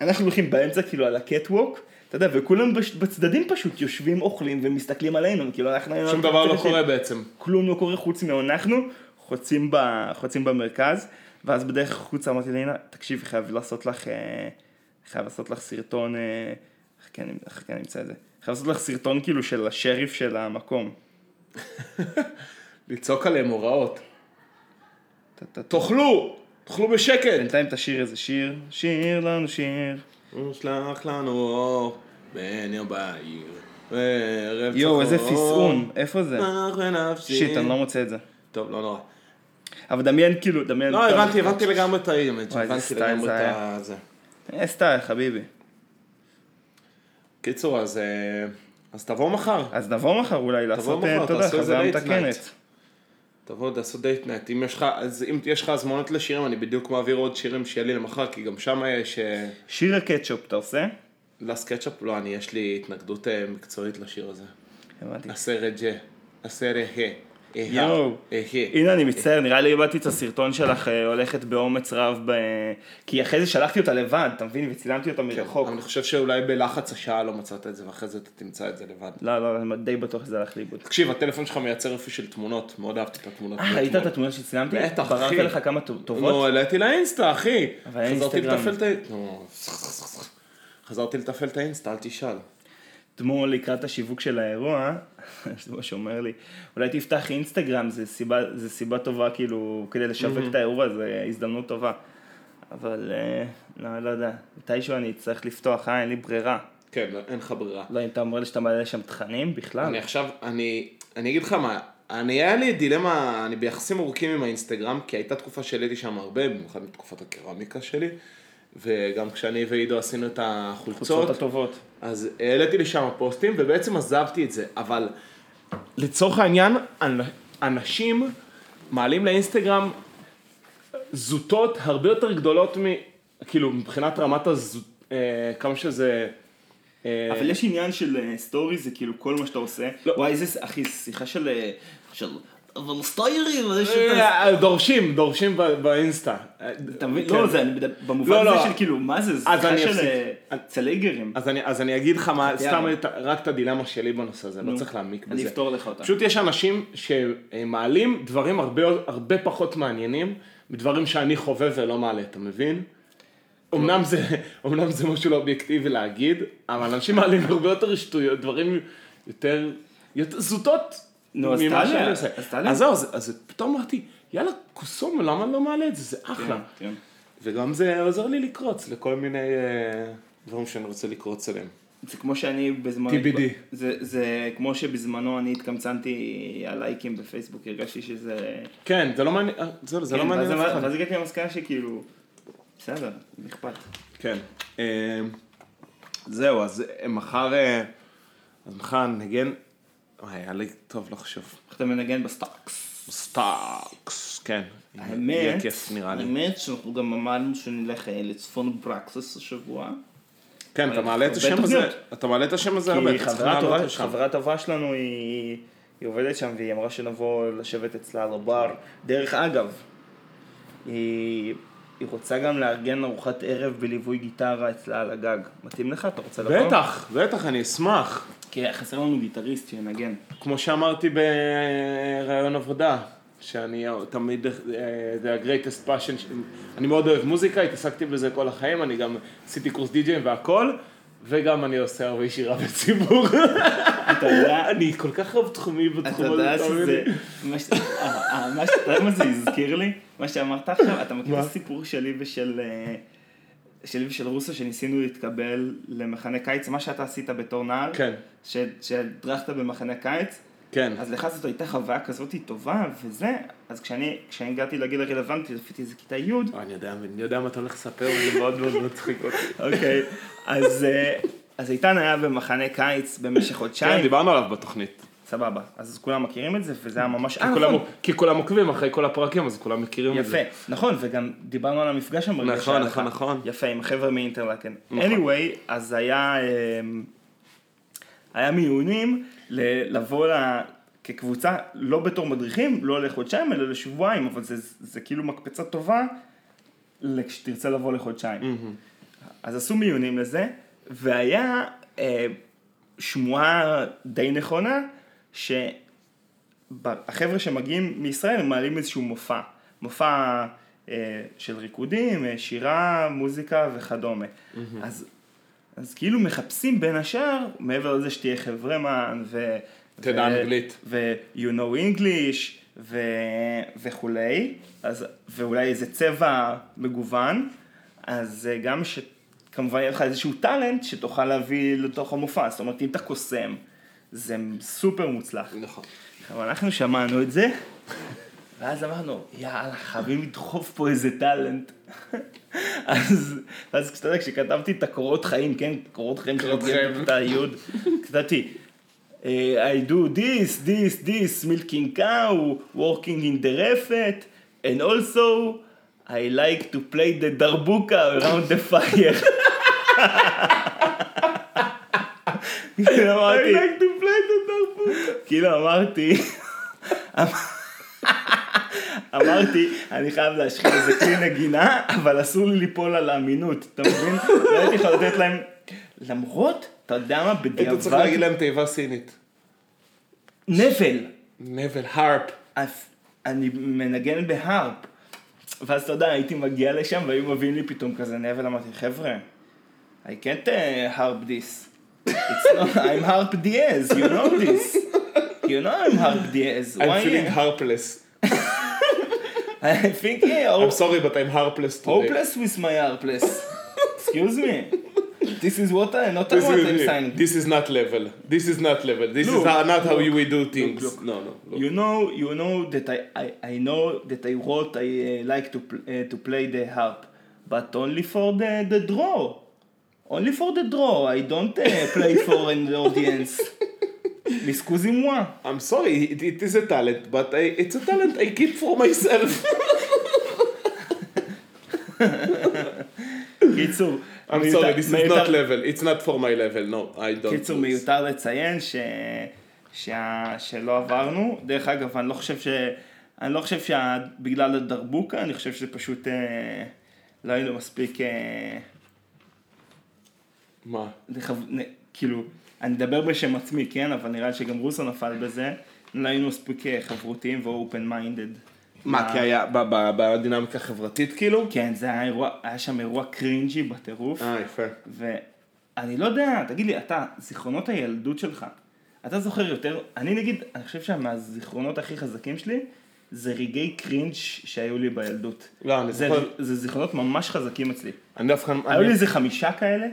Speaker 2: ואנחנו הולכים באמצע כאילו על הקטווק, אתה יודע, וכולם בש- בצדדים פשוט יושבים, אוכלים ומסתכלים עלינו, כאילו אנחנו... היינו
Speaker 1: שום
Speaker 2: רק
Speaker 1: דבר לא
Speaker 2: בצד השני.
Speaker 1: קורה בעצם.
Speaker 2: כלום לא קורה חוץ מאנחנו, חוצים, ב, חוצים במרכז, ואז בדרך החוצה אמרתי לינה, תקשיבי, חייב לעשות לך, אה, חייב לעשות לך סרטון, אה, חכה, אני- חכה, אני אמצא כן את זה, חייב לעשות לך סרטון כאילו של השריף של המקום.
Speaker 1: לצעוק עליהם הוראות.
Speaker 2: ת- ת-
Speaker 1: תאכלו! תאכלו בשקט!
Speaker 2: בינתיים תשיר איזה שיר, שיר לנו שיר.
Speaker 1: ושלח לנו אור בין יום בעיר. וערב
Speaker 2: יואו, איזה
Speaker 1: צחור.
Speaker 2: פסעון, איפה זה?
Speaker 1: נח ונפשי.
Speaker 2: שיט, אני לא מוצא את זה.
Speaker 1: טוב, לא נורא.
Speaker 2: אבל דמיין כאילו, דמיין.
Speaker 1: לא, הבנתי, הבנתי לגמרי את האימג',
Speaker 2: וואי, איזה
Speaker 1: הבנתי
Speaker 2: סטייל
Speaker 1: לגמרי
Speaker 2: זה
Speaker 1: את
Speaker 2: היה.
Speaker 1: הזה.
Speaker 2: אה, סטייל, חביבי.
Speaker 1: קיצור, אז אה, אז תבואו מחר.
Speaker 2: אז נבוא מחר אולי לעשות,
Speaker 1: מחר,
Speaker 2: אה, אתה יודע,
Speaker 1: תעשו איזה
Speaker 2: חזרה
Speaker 1: late
Speaker 2: מתקנת.
Speaker 1: תבואו, תעשו דייט נט. אם יש לך, אז אם יש לך הזמנות לשירים, אני בדיוק מעביר עוד שירים שיהיה לי למחר, כי גם שם יש... אה,
Speaker 2: שיר הקטשופ אתה עושה?
Speaker 1: לסקצ'אפ, לא, אני, יש לי התנגדות אה, מקצועית לשיר הזה.
Speaker 2: הבנתי.
Speaker 1: הסרט ג'ה. הסרט ה. אה,
Speaker 2: יואו.
Speaker 1: אה, אה.
Speaker 2: הנה אני מצטער, נראה לי איבדתי את הסרטון שלך אה, הולכת באומץ רב, ב... כי אחרי זה שלחתי אותה לבד, אתה מבין? וצילמתי אותה מרחוק.
Speaker 1: כן, אבל אני חושב שאולי בלחץ השעה לא מצאת את זה, ואחרי זה אתה תמצא את זה לבד.
Speaker 2: לא, לא, אני די בטוח שזה הלך לאיבוד.
Speaker 1: תקשיב, הטלפון שלך מייצר יופי של תמונות, מאוד אהבתי את התמונות.
Speaker 2: אה,
Speaker 1: מאתמול.
Speaker 2: ראית את התמונה שצילמתי?
Speaker 1: בטח, אחי.
Speaker 2: בררתי לך כמה טוב-
Speaker 1: נו,
Speaker 2: טובות?
Speaker 1: לא, העליתי לאינסטה, אחי.
Speaker 2: אבל אין
Speaker 1: חזרתי
Speaker 2: אינסטגרם.
Speaker 1: לתפעל את ה... נו, חזרתי לתפעל את האינסטה, אל תשאל.
Speaker 2: אתמול לקראת השיווק של האירוע, יש לי משהו שאומר לי, אולי תפתח אינסטגרם, זה סיבה, זה סיבה טובה כאילו, כדי לשווק
Speaker 1: Mm.
Speaker 2: את האירוע, זו הזדמנות טובה. אבל אה, לא, לא יודע, מתישהו אני אצטרך לפתוח, אה, אין לי ברירה.
Speaker 1: כן, לא, אין לך ברירה.
Speaker 2: לא, אם אתה אומר לי שאתה מעלה שם תכנים בכלל.
Speaker 1: אני עכשיו, אני, אני אגיד לך מה, אני היה לי דילמה, אני ביחסים ארוכים עם האינסטגרם, כי הייתה תקופה שהעליתי שם הרבה, במיוחד בתקופת הקרמיקה שלי, וגם כשאני ועידו עשינו את
Speaker 2: חוצות
Speaker 1: החולצות,
Speaker 2: הטובות.
Speaker 1: אז העליתי לשם פוסטים, ובעצם עזבתי את זה, אבל לצורך העניין, אנ- אנשים מעלים לאינסטגרם זוטות הרבה יותר גדולות מ... כאילו, מבחינת רמת הזוט... אה, כמה שזה... אה,
Speaker 2: אבל יש עניין של אה, סטורי זה כאילו כל מה שאתה עושה.
Speaker 1: לא.
Speaker 2: וואי, איזה, אחי, שיחה של... אה, של... אבל סטיירים, זה שאתה...
Speaker 1: אה, דורשים, דורשים ב- באינסטה.
Speaker 2: אתה מבין?
Speaker 1: כן.
Speaker 2: לא, זה אני מדבר-
Speaker 1: לא,
Speaker 2: במובן
Speaker 1: לא.
Speaker 2: הזה של כאילו, מה זה?
Speaker 1: אז
Speaker 2: שיחה
Speaker 1: אני
Speaker 2: של
Speaker 1: אפסיק.
Speaker 2: אה, צלייגרים.
Speaker 1: אז אני, אז אני אגיד לך מה,
Speaker 2: יאללה.
Speaker 1: סתם את, ה- רק את הדילמה שלי בנושא הזה, לא
Speaker 2: נו.
Speaker 1: צריך להעמיק
Speaker 2: אני
Speaker 1: בזה.
Speaker 2: אפתור לך אותה.
Speaker 1: פשוט יש אנשים שמעלים דברים הרבה, הרבה פחות מעניינים בדברים שאני חווה ולא מעלה, אתה מבין? אמנם זה, אמנם זה משהו לא אובייקטיבי להגיד, אבל אנשים מעלים הרבה יותר שטויות, דברים יותר, יותר זוטות
Speaker 2: נו, אז
Speaker 1: ממה
Speaker 2: תעלה,
Speaker 1: שאני עושה.
Speaker 2: אז תעלה.
Speaker 1: אז זהו, אז, אז פתאום אמרתי, יאללה, קוסומו, למה אני לא מעלה את זה? זה אחלה.
Speaker 2: כן.
Speaker 1: וגם זה עוזר לי לקרוץ לכל מיני אה, דברים שאני רוצה לקרוץ אליהם.
Speaker 2: זה כמו שאני בזמנו...
Speaker 1: TBD.
Speaker 2: זה, זה כמו שבזמנו אני התקמצנתי על לייקים בפייסבוק, הרגשתי שזה...
Speaker 1: כן, זה לא מעניין, אה, זה, זה
Speaker 2: כן,
Speaker 1: לא מעניין
Speaker 2: ואז-
Speaker 1: אף אחד.
Speaker 2: ואז הגעתי למסקנה שכאילו, בסדר, לא אכפת.
Speaker 1: כן. אה, זהו, אז אה, מחר, אה, אז מחר נגן, וואי, היה לי טוב, לא חשוב.
Speaker 2: איך אתה מנגן בסטאקס.
Speaker 1: סטארקס, כן. יהיה
Speaker 2: האמת,
Speaker 1: כיף נראה לי.
Speaker 2: האמת שאנחנו גם אמרנו שנלך אה, לצפון ברקסס השבוע.
Speaker 1: כן, אתה מעלה את
Speaker 2: הרבה
Speaker 1: השם הזה,
Speaker 2: תוכניות.
Speaker 1: אתה מעלה את השם הזה הרבה,
Speaker 2: כי
Speaker 1: אתה צריך
Speaker 2: חברה
Speaker 1: לעלות
Speaker 2: טובה-
Speaker 1: לשם.
Speaker 2: חברה טובה שלנו היא... היא עובדת שם והיא אמרה שנבוא לשבת אצלה על הבר. דרך אגב, היא, היא רוצה גם לארגן ארוחת ערב בליווי גיטרה אצלה על הגג. מתאים לך? אתה רוצה לבוא?
Speaker 1: בטח, בטח, אני אשמח.
Speaker 2: כי חסר לנו גיטריסט שינגן.
Speaker 1: כמו שאמרתי בראיון עבודה, שאני תמיד, אה, זה ה-greatest passion, ש- אני מאוד אוהב מוזיקה, התעסקתי בזה כל החיים, אני גם עשיתי קורס די.ג'יי והכל, וגם אני עושה הרבה שירה בציבור.
Speaker 2: אתה יודע,
Speaker 1: אני כל כך רב תחומי
Speaker 2: אתה
Speaker 1: בתחום הזה.
Speaker 2: יודע
Speaker 1: מבין?
Speaker 2: שזה... מה ש- אה, אה, מה ש- אתה יודע מה זה הזכיר לי? מה שאמרת עכשיו, אתה מכיר
Speaker 1: מה?
Speaker 2: את הסיפור שלי ושל... אה, שלי ושל רוסו שניסינו להתקבל למחנה קיץ, מה שאתה עשית בתור נער,
Speaker 1: כן,
Speaker 2: ש- שהדרכת במחנה קיץ,
Speaker 1: כן.
Speaker 2: אז לך זאת הייתה חוויה כזאת טובה וזה, אז כשאני כשאני הגעתי לגיל הרלוונטי, לפי זה כיתה י',
Speaker 1: אה, אני יודע, אני יודע מה אתה הולך לספר, וזה מאוד מאוד מצחיק אותי.
Speaker 2: אוקיי, אז אה, אז איתן היה במחנה קיץ במשך
Speaker 1: כן,
Speaker 2: חודשיים,
Speaker 1: דיברנו עליו בתוכנית.
Speaker 2: סבבה, אז כולם מכירים את זה וזה היה ממש...
Speaker 1: כי
Speaker 2: אה,
Speaker 1: כולם-
Speaker 2: נכון.
Speaker 1: כי כולם עוקבים אחרי כל הפרקים, אז כולם מכירים את
Speaker 2: יפה,
Speaker 1: זה.
Speaker 2: נכון, וגם דיברנו על המפגש המרגש.
Speaker 1: נכון,
Speaker 2: שהיה
Speaker 1: נכון,
Speaker 2: לך.
Speaker 1: נכון.
Speaker 2: יפה, עם החבר'ה מאינטרלקן.
Speaker 1: נכון.
Speaker 2: anyway, אז היה, אמ, היה מיונים ל- לבוא ל- כקבוצה, לא בתור מדריכים, לא לחודשיים, אלא לשבועיים, אבל זה, זה כאילו מקפצה טובה כשתרצה לבוא לחודשיים. אז עשו מיונים לזה, והיה אה, שמועה די נכונה, ש... ב- החבר'ה שמגיעים מישראל הם מעלים איזשהו מופע, מופע אה, של ריקודים, אה, שירה, מוזיקה וכדומה. אז, אז כאילו מחפשים בין השאר, מעבר לזה שתהיה חברמן ו...
Speaker 1: תדע
Speaker 2: ו-
Speaker 1: אנגלית.
Speaker 2: ו-you know English ו- וכולי, אז, ואולי איזה צבע מגוון, אז אה, גם שכמובן יהיה לך איזשהו טאלנט שתוכל להביא לתוך המופע, זאת אומרת אם אתה קוסם, זה סופר מוצלח.
Speaker 1: נכון.
Speaker 2: אבל אנחנו שמענו את זה, ואז אמרנו, יאללה, חייבים לדחוף פה איזה טאלנט. אז, אז כשאתה יודע, כשכתבתי את הקורות חיים, כן, קורות חיים של
Speaker 1: קורות חיים.
Speaker 2: בכיתה י', כתבתי, אה, I do this, this, this, milking cow, working in the רפת, and also, I like to play the darbuka around the fire. אמרתי,
Speaker 1: like to play the dark
Speaker 2: כאילו אמרתי, אמרתי, אני חייב להשחיל איזה כלי נגינה, אבל אסור לי ליפול על האמינות, אתה מבין? לא הייתי יכול לתת להם, למרות, אתה יודע מה,
Speaker 1: היית צריך
Speaker 2: בדיעבד,
Speaker 1: להגיד להם תיבה סינית.
Speaker 2: נבל,
Speaker 1: נבל, הרפ.
Speaker 2: אז אני מנגן בהרפ. ואז אתה יודע, הייתי מגיע לשם והיו מביאים לי פתאום כזה נבל, אמרתי, חבר'ה, I can't uh, harp this. It's not, I'm harp diaz, you know this. You know I'm harp diaz.
Speaker 1: I'm
Speaker 2: Why-
Speaker 1: feeling harpless.
Speaker 2: I think yeah,
Speaker 1: I'm
Speaker 2: oh,
Speaker 1: sorry, but I'm harpless today.
Speaker 2: hopeless with my hopeless. Excuse me. This is what I not
Speaker 1: This
Speaker 2: what I'm
Speaker 1: is,
Speaker 2: saying.
Speaker 1: this is not level. This is not level. This is
Speaker 2: Look,
Speaker 1: how, not how
Speaker 2: look,
Speaker 1: we do things.
Speaker 2: look.
Speaker 1: No, no. look.
Speaker 2: You know, you know that I, I, I know that I wrote I uh, like to pl- uh, to play the harp, but only for the the draw, only for the draw. I don't uh, play for an audience. Excusez-moi.
Speaker 1: I'm sorry, it, it is a talent, but I, it's a talent I keep for myself.
Speaker 2: קיצור,
Speaker 1: I'm
Speaker 2: מיותר-
Speaker 1: sorry, this is
Speaker 2: מיותר-
Speaker 1: not level. It's not for my level. No, I don't.
Speaker 2: קיצור,
Speaker 1: do this.
Speaker 2: מיותר לציין ש... שה... שלא עברנו. דרך אגב, אני לא חושב ש... אני לא חושב שבגלל הדרבוקה, אני חושב שפשוט אה, לא היינו מספיק... אה,
Speaker 1: מה?
Speaker 2: לחו... נ... כאילו, אני מדבר בשם עצמי, כן? אבל נראה לי שגם רוסו נפל בזה. לא היינו מספיק אה, חברותיים ו-open minded
Speaker 1: מה, כי היה ב- ב- בדינמיקה החברתית כאילו?
Speaker 2: כן, זה היה אירוע, היה שם אירוע קרינג'י בטירוף.
Speaker 1: אה, יפה.
Speaker 2: ואני לא יודע, תגיד לי, אתה, זיכרונות הילדות שלך, אתה זוכר יותר, אני נגיד, אני חושב שהזיכרונות הכי חזקים שלי, זה רגעי קרינג' שהיו לי בילדות.
Speaker 1: לא, אני
Speaker 2: זה,
Speaker 1: זוכר-
Speaker 2: זה זיכרונות ממש חזקים אצלי.
Speaker 1: אני דווקא...
Speaker 2: היו לי
Speaker 1: אני-
Speaker 2: איזה חמישה כאלה,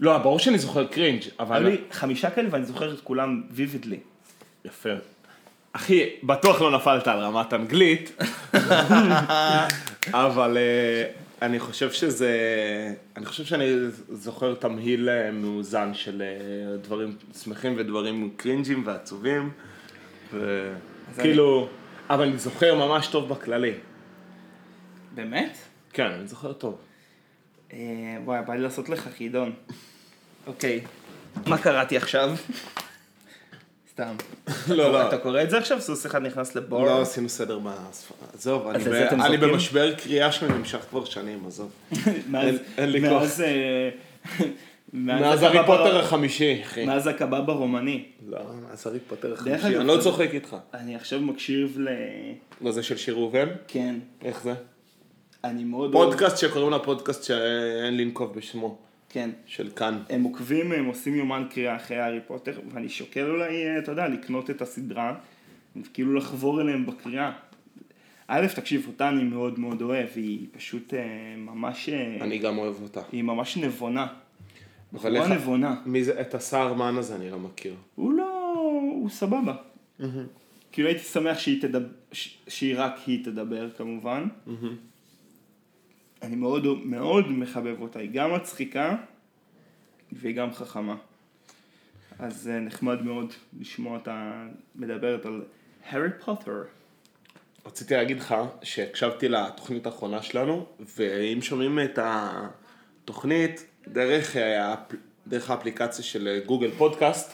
Speaker 1: לא, ברור שאני זוכר קרינג',
Speaker 2: היו
Speaker 1: אבל...
Speaker 2: לי חמישה כאלה ואני זוכר את כולם vividly.
Speaker 1: יפה. אחי, בטוח לא נפלת על רמת אנגלית, אבל אה, אני חושב שזה... אני חושב שאני זוכר תמהיל אה, מאוזן של אה, דברים שמחים ודברים קרינג'ים ועצובים, וכאילו... אבל אני זוכר ממש טוב בכללי.
Speaker 2: באמת?
Speaker 1: כן, אני זוכר טוב.
Speaker 2: אה, וואי, בא לי לעשות לך חידון. אוקיי, מה קראתי עכשיו? סתם.
Speaker 1: לא, לא.
Speaker 2: אתה קורא את זה עכשיו? סוס אחד נכנס לבור?
Speaker 1: לא עשינו סדר בספרה, עזוב, אני
Speaker 2: אז את
Speaker 1: ב-
Speaker 2: זה אתם
Speaker 1: אני
Speaker 2: זורקים?
Speaker 1: במשבר קריאה שלי נמשך כבר שנים, עזוב.
Speaker 2: מאז-
Speaker 1: אין- אין לי
Speaker 2: מאז, אה,
Speaker 1: מאז
Speaker 2: הקבב
Speaker 1: הארי פוטר
Speaker 2: הר-
Speaker 1: החמישי, אחי.
Speaker 2: מאז הקבב הרומני.
Speaker 1: לא, מאז הארי פוטר
Speaker 2: דרך
Speaker 1: החמישי,
Speaker 2: אגב,
Speaker 1: אני לא
Speaker 2: זה-
Speaker 1: צוחק איתך.
Speaker 2: אני עכשיו מקשיב ל...
Speaker 1: לא, זה של שיר ראובן?
Speaker 2: כן,
Speaker 1: איך זה?
Speaker 2: אני מאוד...
Speaker 1: לא. פודקאסט שקוראים לה פודקאסט שאין לנקוב בשמו,
Speaker 2: כן.
Speaker 1: של כאן.
Speaker 2: הם עוקבים, הם עושים יומן קריאה אחרי הארי פוטר, ואני שוקל אולי, אה, אתה יודע, לקנות את הסדרה, וכאילו לחבור אליהם בקריאה. א', תקשיב, אותה אני מאוד מאוד אוהב, היא פשוט אה, ממש... אה,
Speaker 1: אני גם אוהב אותה.
Speaker 2: היא ממש נבונה.
Speaker 1: אבל
Speaker 2: בחורה
Speaker 1: איך-
Speaker 2: נבונה.
Speaker 1: מי זה? את הסהרמן הזה אני לא מכיר.
Speaker 2: הוא לא... הוא סבבה. כאילו הייתי שמח שהיא תדבר, ש- שהיא רק היא תדבר כמובן. אני מאוד מאוד מחבב אותה, היא גם מצחיקה והיא גם חכמה. אז אה, נחמד מאוד לשמוע אותה מדברת על הארי פוטר.
Speaker 1: רציתי להגיד לך שהקשבתי לתוכנית האחרונה שלנו, ואם שומעים את התוכנית דרך, אה, האפ- דרך האפליקציה של אה, גוגל פודקאסט,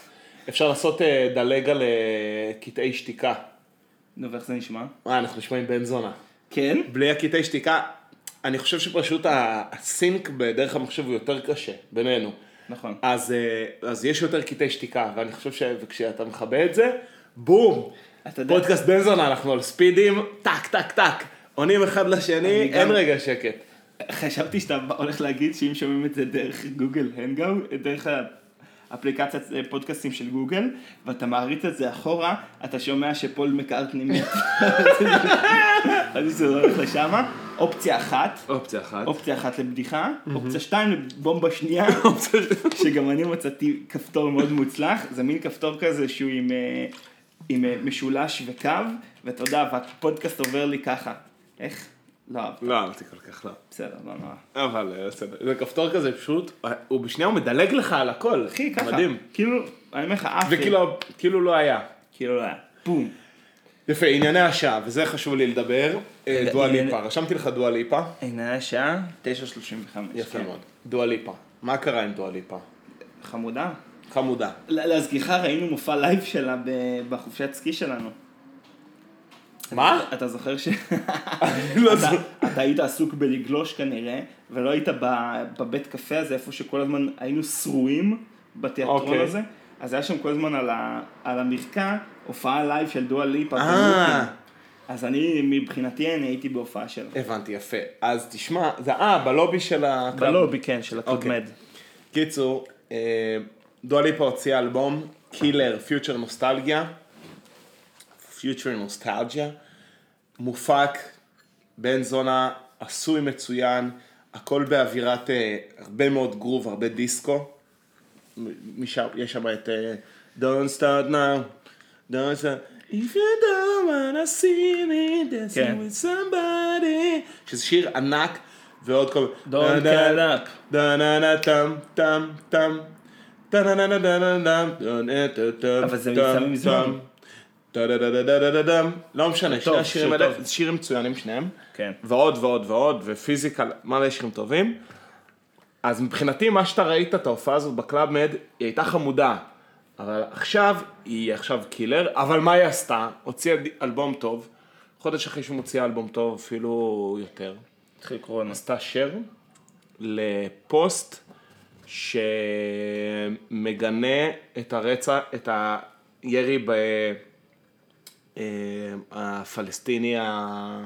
Speaker 1: אפשר לעשות אה, דלג על אה, קטעי שתיקה.
Speaker 2: נו, ואיך זה נשמע?
Speaker 1: מה, אנחנו נשמעים בן זונה.
Speaker 2: כן?
Speaker 1: בלי הקטעי שתיקה, אני חושב שפשוט ה- הסינק בדרך המחשב הוא יותר קשה, בינינו.
Speaker 2: נכון.
Speaker 1: אז, אה, אז יש יותר קטעי שתיקה, ואני חושב ש... וכשאתה מכבה את זה, בום!
Speaker 2: אתה יודע-
Speaker 1: פודקאסט בן זונה, אנחנו על ספידים, טק, טק, טק. עונים אחד לשני,
Speaker 2: אני גם-
Speaker 1: אין רגע שקט.
Speaker 2: חשבתי שאתה הולך להגיד שאם שומעים את זה דרך גוגל הנגאו, דרך האפליקציית פודקאסטים של גוגל, ואתה מעריץ את זה אחורה, אתה שומע שפול מקארטני מת. אז זה הולך לשמה. אופציה אחת,
Speaker 1: אופציה אחת.
Speaker 2: אופציה אחת לבדיחה, אופציה שתיים לבומבה שנייה, שגם אני מצאתי כפתור מאוד מוצלח, זה מין כפתור כזה שהוא עם, אה, עם אה, משולש וקו, ואתה יודע, והפודקאסט עובר לי ככה. איך? לא,
Speaker 1: לא אהבתי כל כך, לא.
Speaker 2: בסדר, לא נורא.
Speaker 1: אבל אה, בסדר. זה כפתור כזה פשוט, אה, הוא בשנייה הוא מדלג לך על הכל.
Speaker 2: אחי, ככה.
Speaker 1: מדהים.
Speaker 2: כאילו, אני אומר לך, אחי.
Speaker 1: וכאילו כאילו לא היה.
Speaker 2: כאילו לא היה. בום.
Speaker 1: יפה, ענייני השעה, וזה חשוב לי לדבר. אה, דואה
Speaker 2: ענייני-
Speaker 1: ליפה, רשמתי לך דואה ליפה.
Speaker 2: הנה השעה 9.35.
Speaker 1: יפה
Speaker 2: כן.
Speaker 1: מאוד. דואה ליפה. מה קרה עם דואה ליפה?
Speaker 2: חמודה.
Speaker 1: חמודה.
Speaker 2: לה- להזכירך, ראינו מופע לייב שלה ב- בחופשת סקי שלנו.
Speaker 1: מה?
Speaker 2: אתה זוכר ש...
Speaker 1: לא
Speaker 2: אתה-
Speaker 1: זוכר.
Speaker 2: אתה היית עסוק בלגלוש כנראה, ולא היית ב- בבית קפה הזה, איפה שכל הזמן היינו שרועים בתיאטרון
Speaker 1: אוקיי.
Speaker 2: הזה. אז היה שם כל הזמן על ה- על המרקע, הופעה לייב של דואה ליפה.
Speaker 1: אה.
Speaker 2: בלופים. אז אני, מבחינתי, אני הייתי בהופעה שלה.
Speaker 1: הבנתי, יפה. אז תשמע, זה אה, בלובי של הקלאב.
Speaker 2: בלובי, כן, של
Speaker 1: אוקיי.
Speaker 2: הקודמד.
Speaker 1: קיצור, אה, דואה ליפה הוציאה אלבום, קילר, פיוטר נוסטלגיה, פיוטר נוסטלגיה, מופק, בן זונה, עשוי מצוין, הכל באווירת אה, הרבה מאוד גרוב, הרבה דיסקו. מ- משם, יש שם את אה, Don't start now, Don't start, If you don't wanna see me dancing
Speaker 2: כן.
Speaker 1: with somebody, שזה שיר ענק, ועוד כל...
Speaker 2: Don't
Speaker 1: נה,
Speaker 2: get
Speaker 1: נה,
Speaker 2: up.
Speaker 1: נה, נה, נה, טם, טם, טם. טה, נה, נה, נה, נה, נה, נה, טה, נה, טה, טם,
Speaker 2: אבל זה
Speaker 1: טם,
Speaker 2: יצא
Speaker 1: טם.
Speaker 2: מזמן.
Speaker 1: טה, דה, דה, דה, דה, דה, דה, דם. לא משנה, שני
Speaker 2: טוב,
Speaker 1: השירים
Speaker 2: שיר
Speaker 1: האלה,
Speaker 2: טוב.
Speaker 1: שירים מצוינים שניהם.
Speaker 2: כן.
Speaker 1: ועוד ועוד ועוד, ופיזיקל, מלא שירים טובים. אז מבחינתי, מה שאתה ראית, את ההופעה הזאת בקלאבמד, היא הייתה חמודה. אבל עכשיו, היא עכשיו קילר, אבל מה היא עשתה? הוציאה ד- אלבום טוב. חודש אחרי שהיא מוציאה אלבום טוב, אפילו יותר.
Speaker 2: התחיל קורונה.
Speaker 1: עשתה share לפוסט שמגנה את הרצח, את הירי ב... אה, הפלסטיני ה...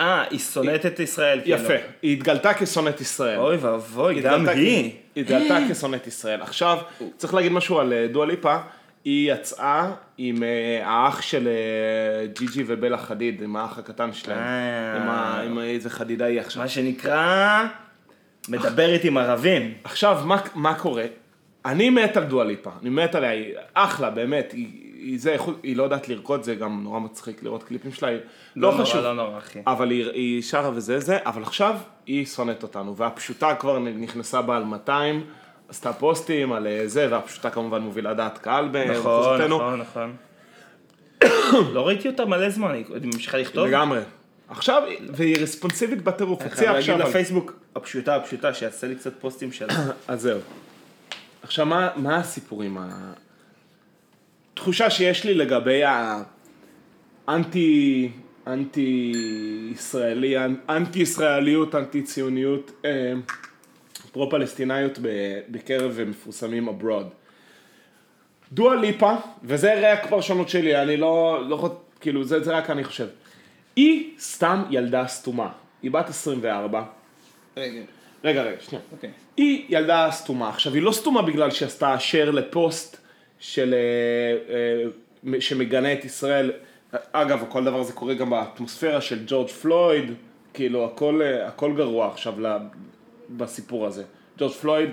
Speaker 2: אה, היא שונאת את ישראל, כאילו.
Speaker 1: יפה, כן, היא התגלתה כשונאת ישראל.
Speaker 2: אוי ואבוי, גם
Speaker 4: לא
Speaker 1: התגלתה כ-
Speaker 2: היא.
Speaker 1: התגלתה כשונאת ישראל. עכשיו, צריך להגיד משהו על אה, דua ליפה. היא יצאה עם אה, האח של אה, ג'יג'י ובלה חדיד, עם האח הקטן שלהם.
Speaker 2: אה.
Speaker 1: עם ה- עם איזה חדידאי עכשיו.
Speaker 2: מה שנקרא, מדברת עם ערבים.
Speaker 1: עכשיו, מה, מה קורה? אני מת על דואליפה, אני מת עליה, היא אחלה, באמת, היא, היא, זה, איכות- היא לא יודעת לרקוד, זה גם נורא מצחיק לראות קליפים שלה, היא לא,
Speaker 2: נורא,
Speaker 1: חשוב,
Speaker 2: לא נורא, אחי.
Speaker 1: אבל היא, היא שרה וזה זה, אבל עכשיו היא שונאת אותנו, והפשוטה כבר נכנסה בה על 200, עשתה פוסטים על אה, זה, והפשוטה כמובן מובילה דעת קהל
Speaker 4: אה,
Speaker 2: נכון, נכון, נכון. לא ראיתי אותה מלא זמן, היא עוד ממשיכה לכתוב.
Speaker 1: לגמרי. עכשיו, היא- והיא רספונסיבית בטירוף,
Speaker 2: חייב
Speaker 1: הוציאה
Speaker 2: להגיד
Speaker 1: עכשיו... על-
Speaker 2: לפייסבוק, הפשוטה, הפשוטה, שיעשה לי קצת פוסטים שלה.
Speaker 1: אז זהו. עכשיו, מה, מה הסיפורים? ה- תחושה שיש לי לגבי האנטי... אנטי ישראלי, אנטי ישראליות, אנטי ציוניות, אה, פרו פלסטיניות בקרב מפורסמים abroad. דואה ליפה, וזה רק פרשנות שלי, אני לא, לא חוט- כאילו, זה, זה רק אני חושב. היא סתם ילדה סתומה, היא בת 24.
Speaker 4: רגע,
Speaker 1: רגע, רגע, שנייה.
Speaker 4: אוקיי.
Speaker 1: היא ילדה סתומה. עכשיו, היא לא סתומה בגלל שהיא עשתה share לפוסט של... אה, אה, שמגנה את ישראל. אגב, כל דבר הזה קורה גם באטמוספירה של ג'ורג' פלויד, כאילו, הכל, אה, הכל גרוע עכשיו ל- בסיפור הזה. ג'ורג' פלויד,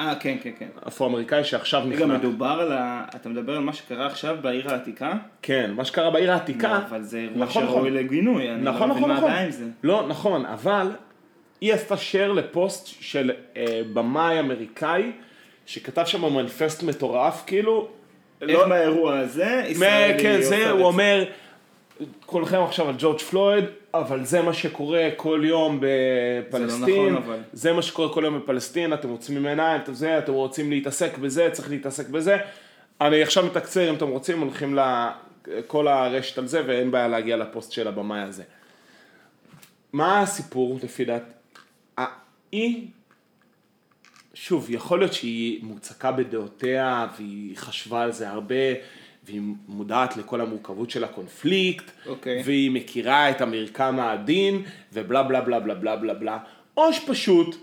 Speaker 4: אה, כן, כן, כן.
Speaker 1: אפרו-אמריקאי שעכשיו
Speaker 4: רגע,
Speaker 1: נכנע.
Speaker 4: מדובר על ה... אתה מדבר על מה שקרה עכשיו בעיר העתיקה?
Speaker 1: כן, מה שקרה בעיר העתיקה.
Speaker 4: לא, אבל זה אירוע
Speaker 1: נכון,
Speaker 4: שראוי
Speaker 1: נכון.
Speaker 4: לגינוי, אני
Speaker 1: נכון,
Speaker 4: לא מבין
Speaker 1: נכון,
Speaker 4: מה
Speaker 1: נכון.
Speaker 4: הבעיה עם זה.
Speaker 1: לא, נכון, אבל היא עשתה שייר לפוסט של אה, במאי אמריקאי, שכתב שם מניפסט מטורף, כאילו...
Speaker 4: איך מהאירוע הזה,
Speaker 1: מה-
Speaker 4: ישראלי
Speaker 1: כן, זה,
Speaker 4: עושה
Speaker 1: הוא
Speaker 4: את
Speaker 1: אומר, כולכם עכשיו על ג'ורג' פלויד, אבל זה מה שקורה כל יום
Speaker 4: זה
Speaker 1: בפלסטין,
Speaker 4: לא נכון, אבל.
Speaker 1: זה מה שקורה כל יום בפלסטין, אתם רוצים ממנה, אתם זה, אתם רוצים להתעסק בזה, צריך להתעסק בזה. אני עכשיו מתקצר, אם אתם רוצים, הולכים לכל הרשת על זה, ואין בעיה להגיע לפוסט של הבמאי הזה. מה הסיפור, לפי דעת? ה- היא שוב, יכול להיות שהיא מוצקה בדעותיה, והיא חשבה על זה הרבה, והיא מודעת לכל המורכבות של הקונפליקט,
Speaker 4: אוקיי.
Speaker 1: והיא מכירה את המרקם העדין, ובלה בלה בלה בלה בלה בלה בלה, או שפשוט,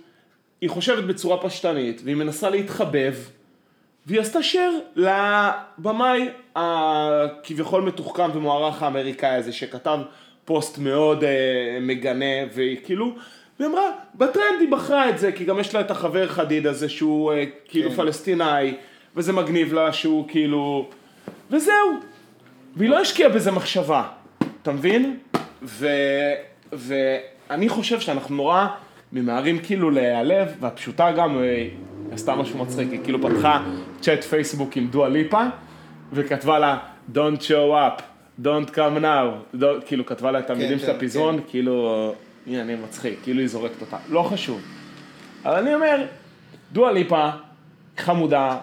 Speaker 1: היא חושבת בצורה פשטנית, והיא מנסה להתחבב, והיא עשתה שייר לבמאי הכביכול מתוחכם ומוערך האמריקאי הזה, שכתב פוסט מאוד אה, מגנה, והיא כאילו, והיא אמרה, בטרנד היא בחרה את זה, כי גם יש לה את החבר חדיד הזה שהוא אה, כאילו
Speaker 4: כן.
Speaker 1: פלסטינאי, וזה מגניב לה שהוא כאילו, וזהו. והיא לא השקיעה בזה מחשבה, אתה מבין? ו... ואני חושב שאנחנו נורא ממהרים כאילו להיעלב, והפשוטה גם אה, עשתה משהו מצחיק, היא כאילו פתחה צ'אט פייסבוק עם דואה ליפה, וכתבה לה Don't show up, Don't come now, Don't- כאילו כתבה לה את המילים
Speaker 4: כן,
Speaker 1: של הפזמון, כאילו, הנה אני מצחיק, כאילו היא זורקת אותה, לא חשוב. אבל אני אומר, דואה ליפה, חמודה,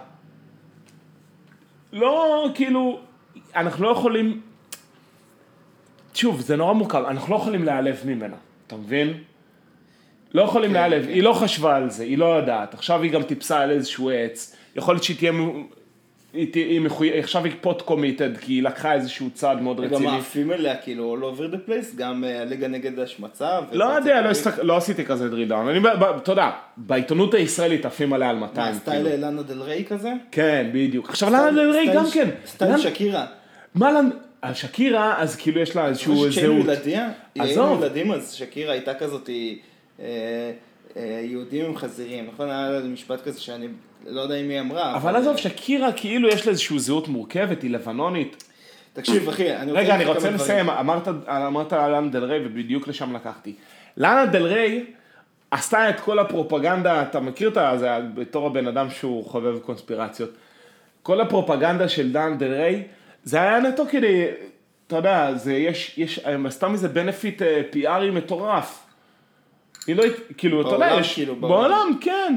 Speaker 1: לא, כאילו, אנחנו לא יכולים... שוב, זה נורא מורכב, אנחנו לא יכולים להיעלב ממנה, אתה מבין? לא
Speaker 4: כן,
Speaker 1: יכולים להיעלב, היא לא חשבה על זה, היא לא יודעת, עכשיו היא גם טיפסה על איזשהו עץ, יכול להיות שהיא תהיה... מ- היא תה- היא מחוי... עכשיו היא פוט קומיטד, כי היא לקחה איזשהו צעד מאוד
Speaker 4: זה. גם
Speaker 1: רציני.
Speaker 4: מעפים אליה, כאילו, all over the place, גם אה, הליגה נגד השמצה.
Speaker 1: לא
Speaker 4: וקצת
Speaker 1: יודע, לא
Speaker 4: הברית.
Speaker 1: הסתכל- לא עשיתי כזה drill down, אני, ב- ב- אתה יודע, בעיתונות הישראלית עפים עליה על 200.
Speaker 4: מה, אה, סטייל
Speaker 1: כאילו.
Speaker 4: לאנה דל ריי כזה?
Speaker 1: כן, בדיוק. עכשיו, לאן דל ריי
Speaker 4: סטייל-
Speaker 1: גם כן.
Speaker 4: סטייל
Speaker 1: לאן-
Speaker 4: שקירה.
Speaker 1: מה לאן... על שקירה, אז כאילו יש לה איזשהו
Speaker 4: שהוא
Speaker 1: זהות.
Speaker 4: ילדיה?
Speaker 1: עזוב.
Speaker 4: עזוב. אה, ילדים אז שקירה הייתה כזאת אה, אה, יהודים הם חזירים, נכון? היה לה משפט כזה שאני לא יודע אם היא אמרה. אה,
Speaker 1: אבל עזוב, שקירה כאילו יש לה איזושהי זהות מורכבת, היא לבנונית.
Speaker 4: תקשיב אחי, אני רוצה...
Speaker 1: רגע, אני
Speaker 4: להגיד לך
Speaker 1: רוצה
Speaker 4: כמה דברים.
Speaker 1: לסיים, אמרת אמרת על לאנה דל ריי ובדיוק לשם לקחתי. לאנה דל ריי עשתה את כל הפרופגנדה, אתה מכיר את זה בתור הבן אדם שהוא חובב קונספירציות. כל הפרופגנדה של לאנה דל ריי, זה היה נטו כדי, אתה יודע, זה יש, יש, הם עשתה מזה בנפיט פיארי מטורף. היא לא, הת- כאילו, אתה יודע,
Speaker 4: בעולם,
Speaker 1: יש,
Speaker 4: כאילו, בעולם.
Speaker 1: בעולם, כן.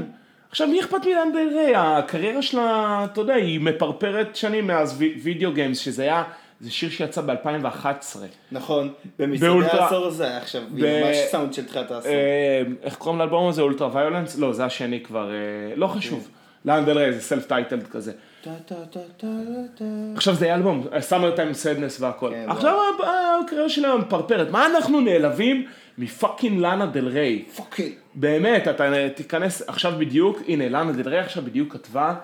Speaker 1: עכשיו, מי אכפת מלאן דל ריי? הקריירה שלה, אתה יודע, היא מפרפרת שנים מאז וי- וידאו גיימס, שזה היה, זה שיר שיצא ב-2011.
Speaker 4: נכון, במצעדי
Speaker 1: באולטרה-
Speaker 4: העשור הזה היה עכשיו
Speaker 1: ב-
Speaker 4: ממש סאונד של תחילת העשור.
Speaker 1: אה,
Speaker 4: אוקיי.
Speaker 1: איך קוראים לאלבום הזה? אולטרה ויולנס? לא, זה השני כבר, אה, לא חשוב. לאן דל ריי זה סלף טיילד כזה.
Speaker 4: טה טה טה טה טה.
Speaker 1: עכשיו זה אלבום, אה, סאמר טיים סדנס והכל.
Speaker 4: כן,
Speaker 1: עכשיו ה- הקריאה שלהם מפרפרת, מה אנחנו נעלבים מפאקינג לאנה דל ריי?
Speaker 4: פוקינג.
Speaker 1: באמת, אתה תיכנס עכשיו בדיוק, הנה, לאנה דל ריי עכשיו בדיוק כתבה,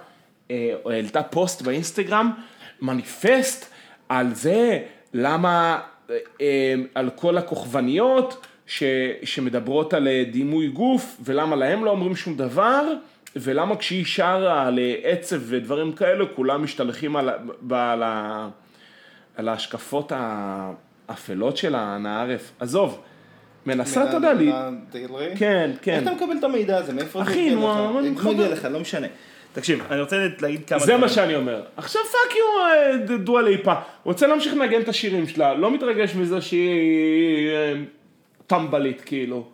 Speaker 1: אה, או העלתה פוסט באינסטגרם, מניפסט על זה, למה, אה, אה, על כל הכוכבניות ש, שמדברות על אה, דימוי גוף, ולמה להם לא אומרים שום דבר. ולמה כשהיא שרה על אה, עצב ודברים כאלה, כולם משתלחים על, ה- ב- על, ה- על ההשקפות האפלות שלה, נערף. עזוב, מנסה, אתה יודע, לי-
Speaker 4: תגיד לי.
Speaker 1: כן,
Speaker 4: איך
Speaker 1: כן.
Speaker 4: אתה מקבל את המידע הזה? מאיפה זה
Speaker 1: אחי,
Speaker 4: הגיע
Speaker 1: נו,
Speaker 4: לך?
Speaker 1: אבל אני
Speaker 4: איך מגיע
Speaker 1: מחבר.
Speaker 4: לך? לא משנה.
Speaker 2: תקשיב, אני רוצה להגיד כמה...
Speaker 1: זה
Speaker 2: דברים.
Speaker 1: מה שאני אומר. עכשיו פאק יו דואה ליפה. רוצה להמשיך לנגן את השירים שלה, לא מתרגש מזה שהיא אה, טמבלית כאילו.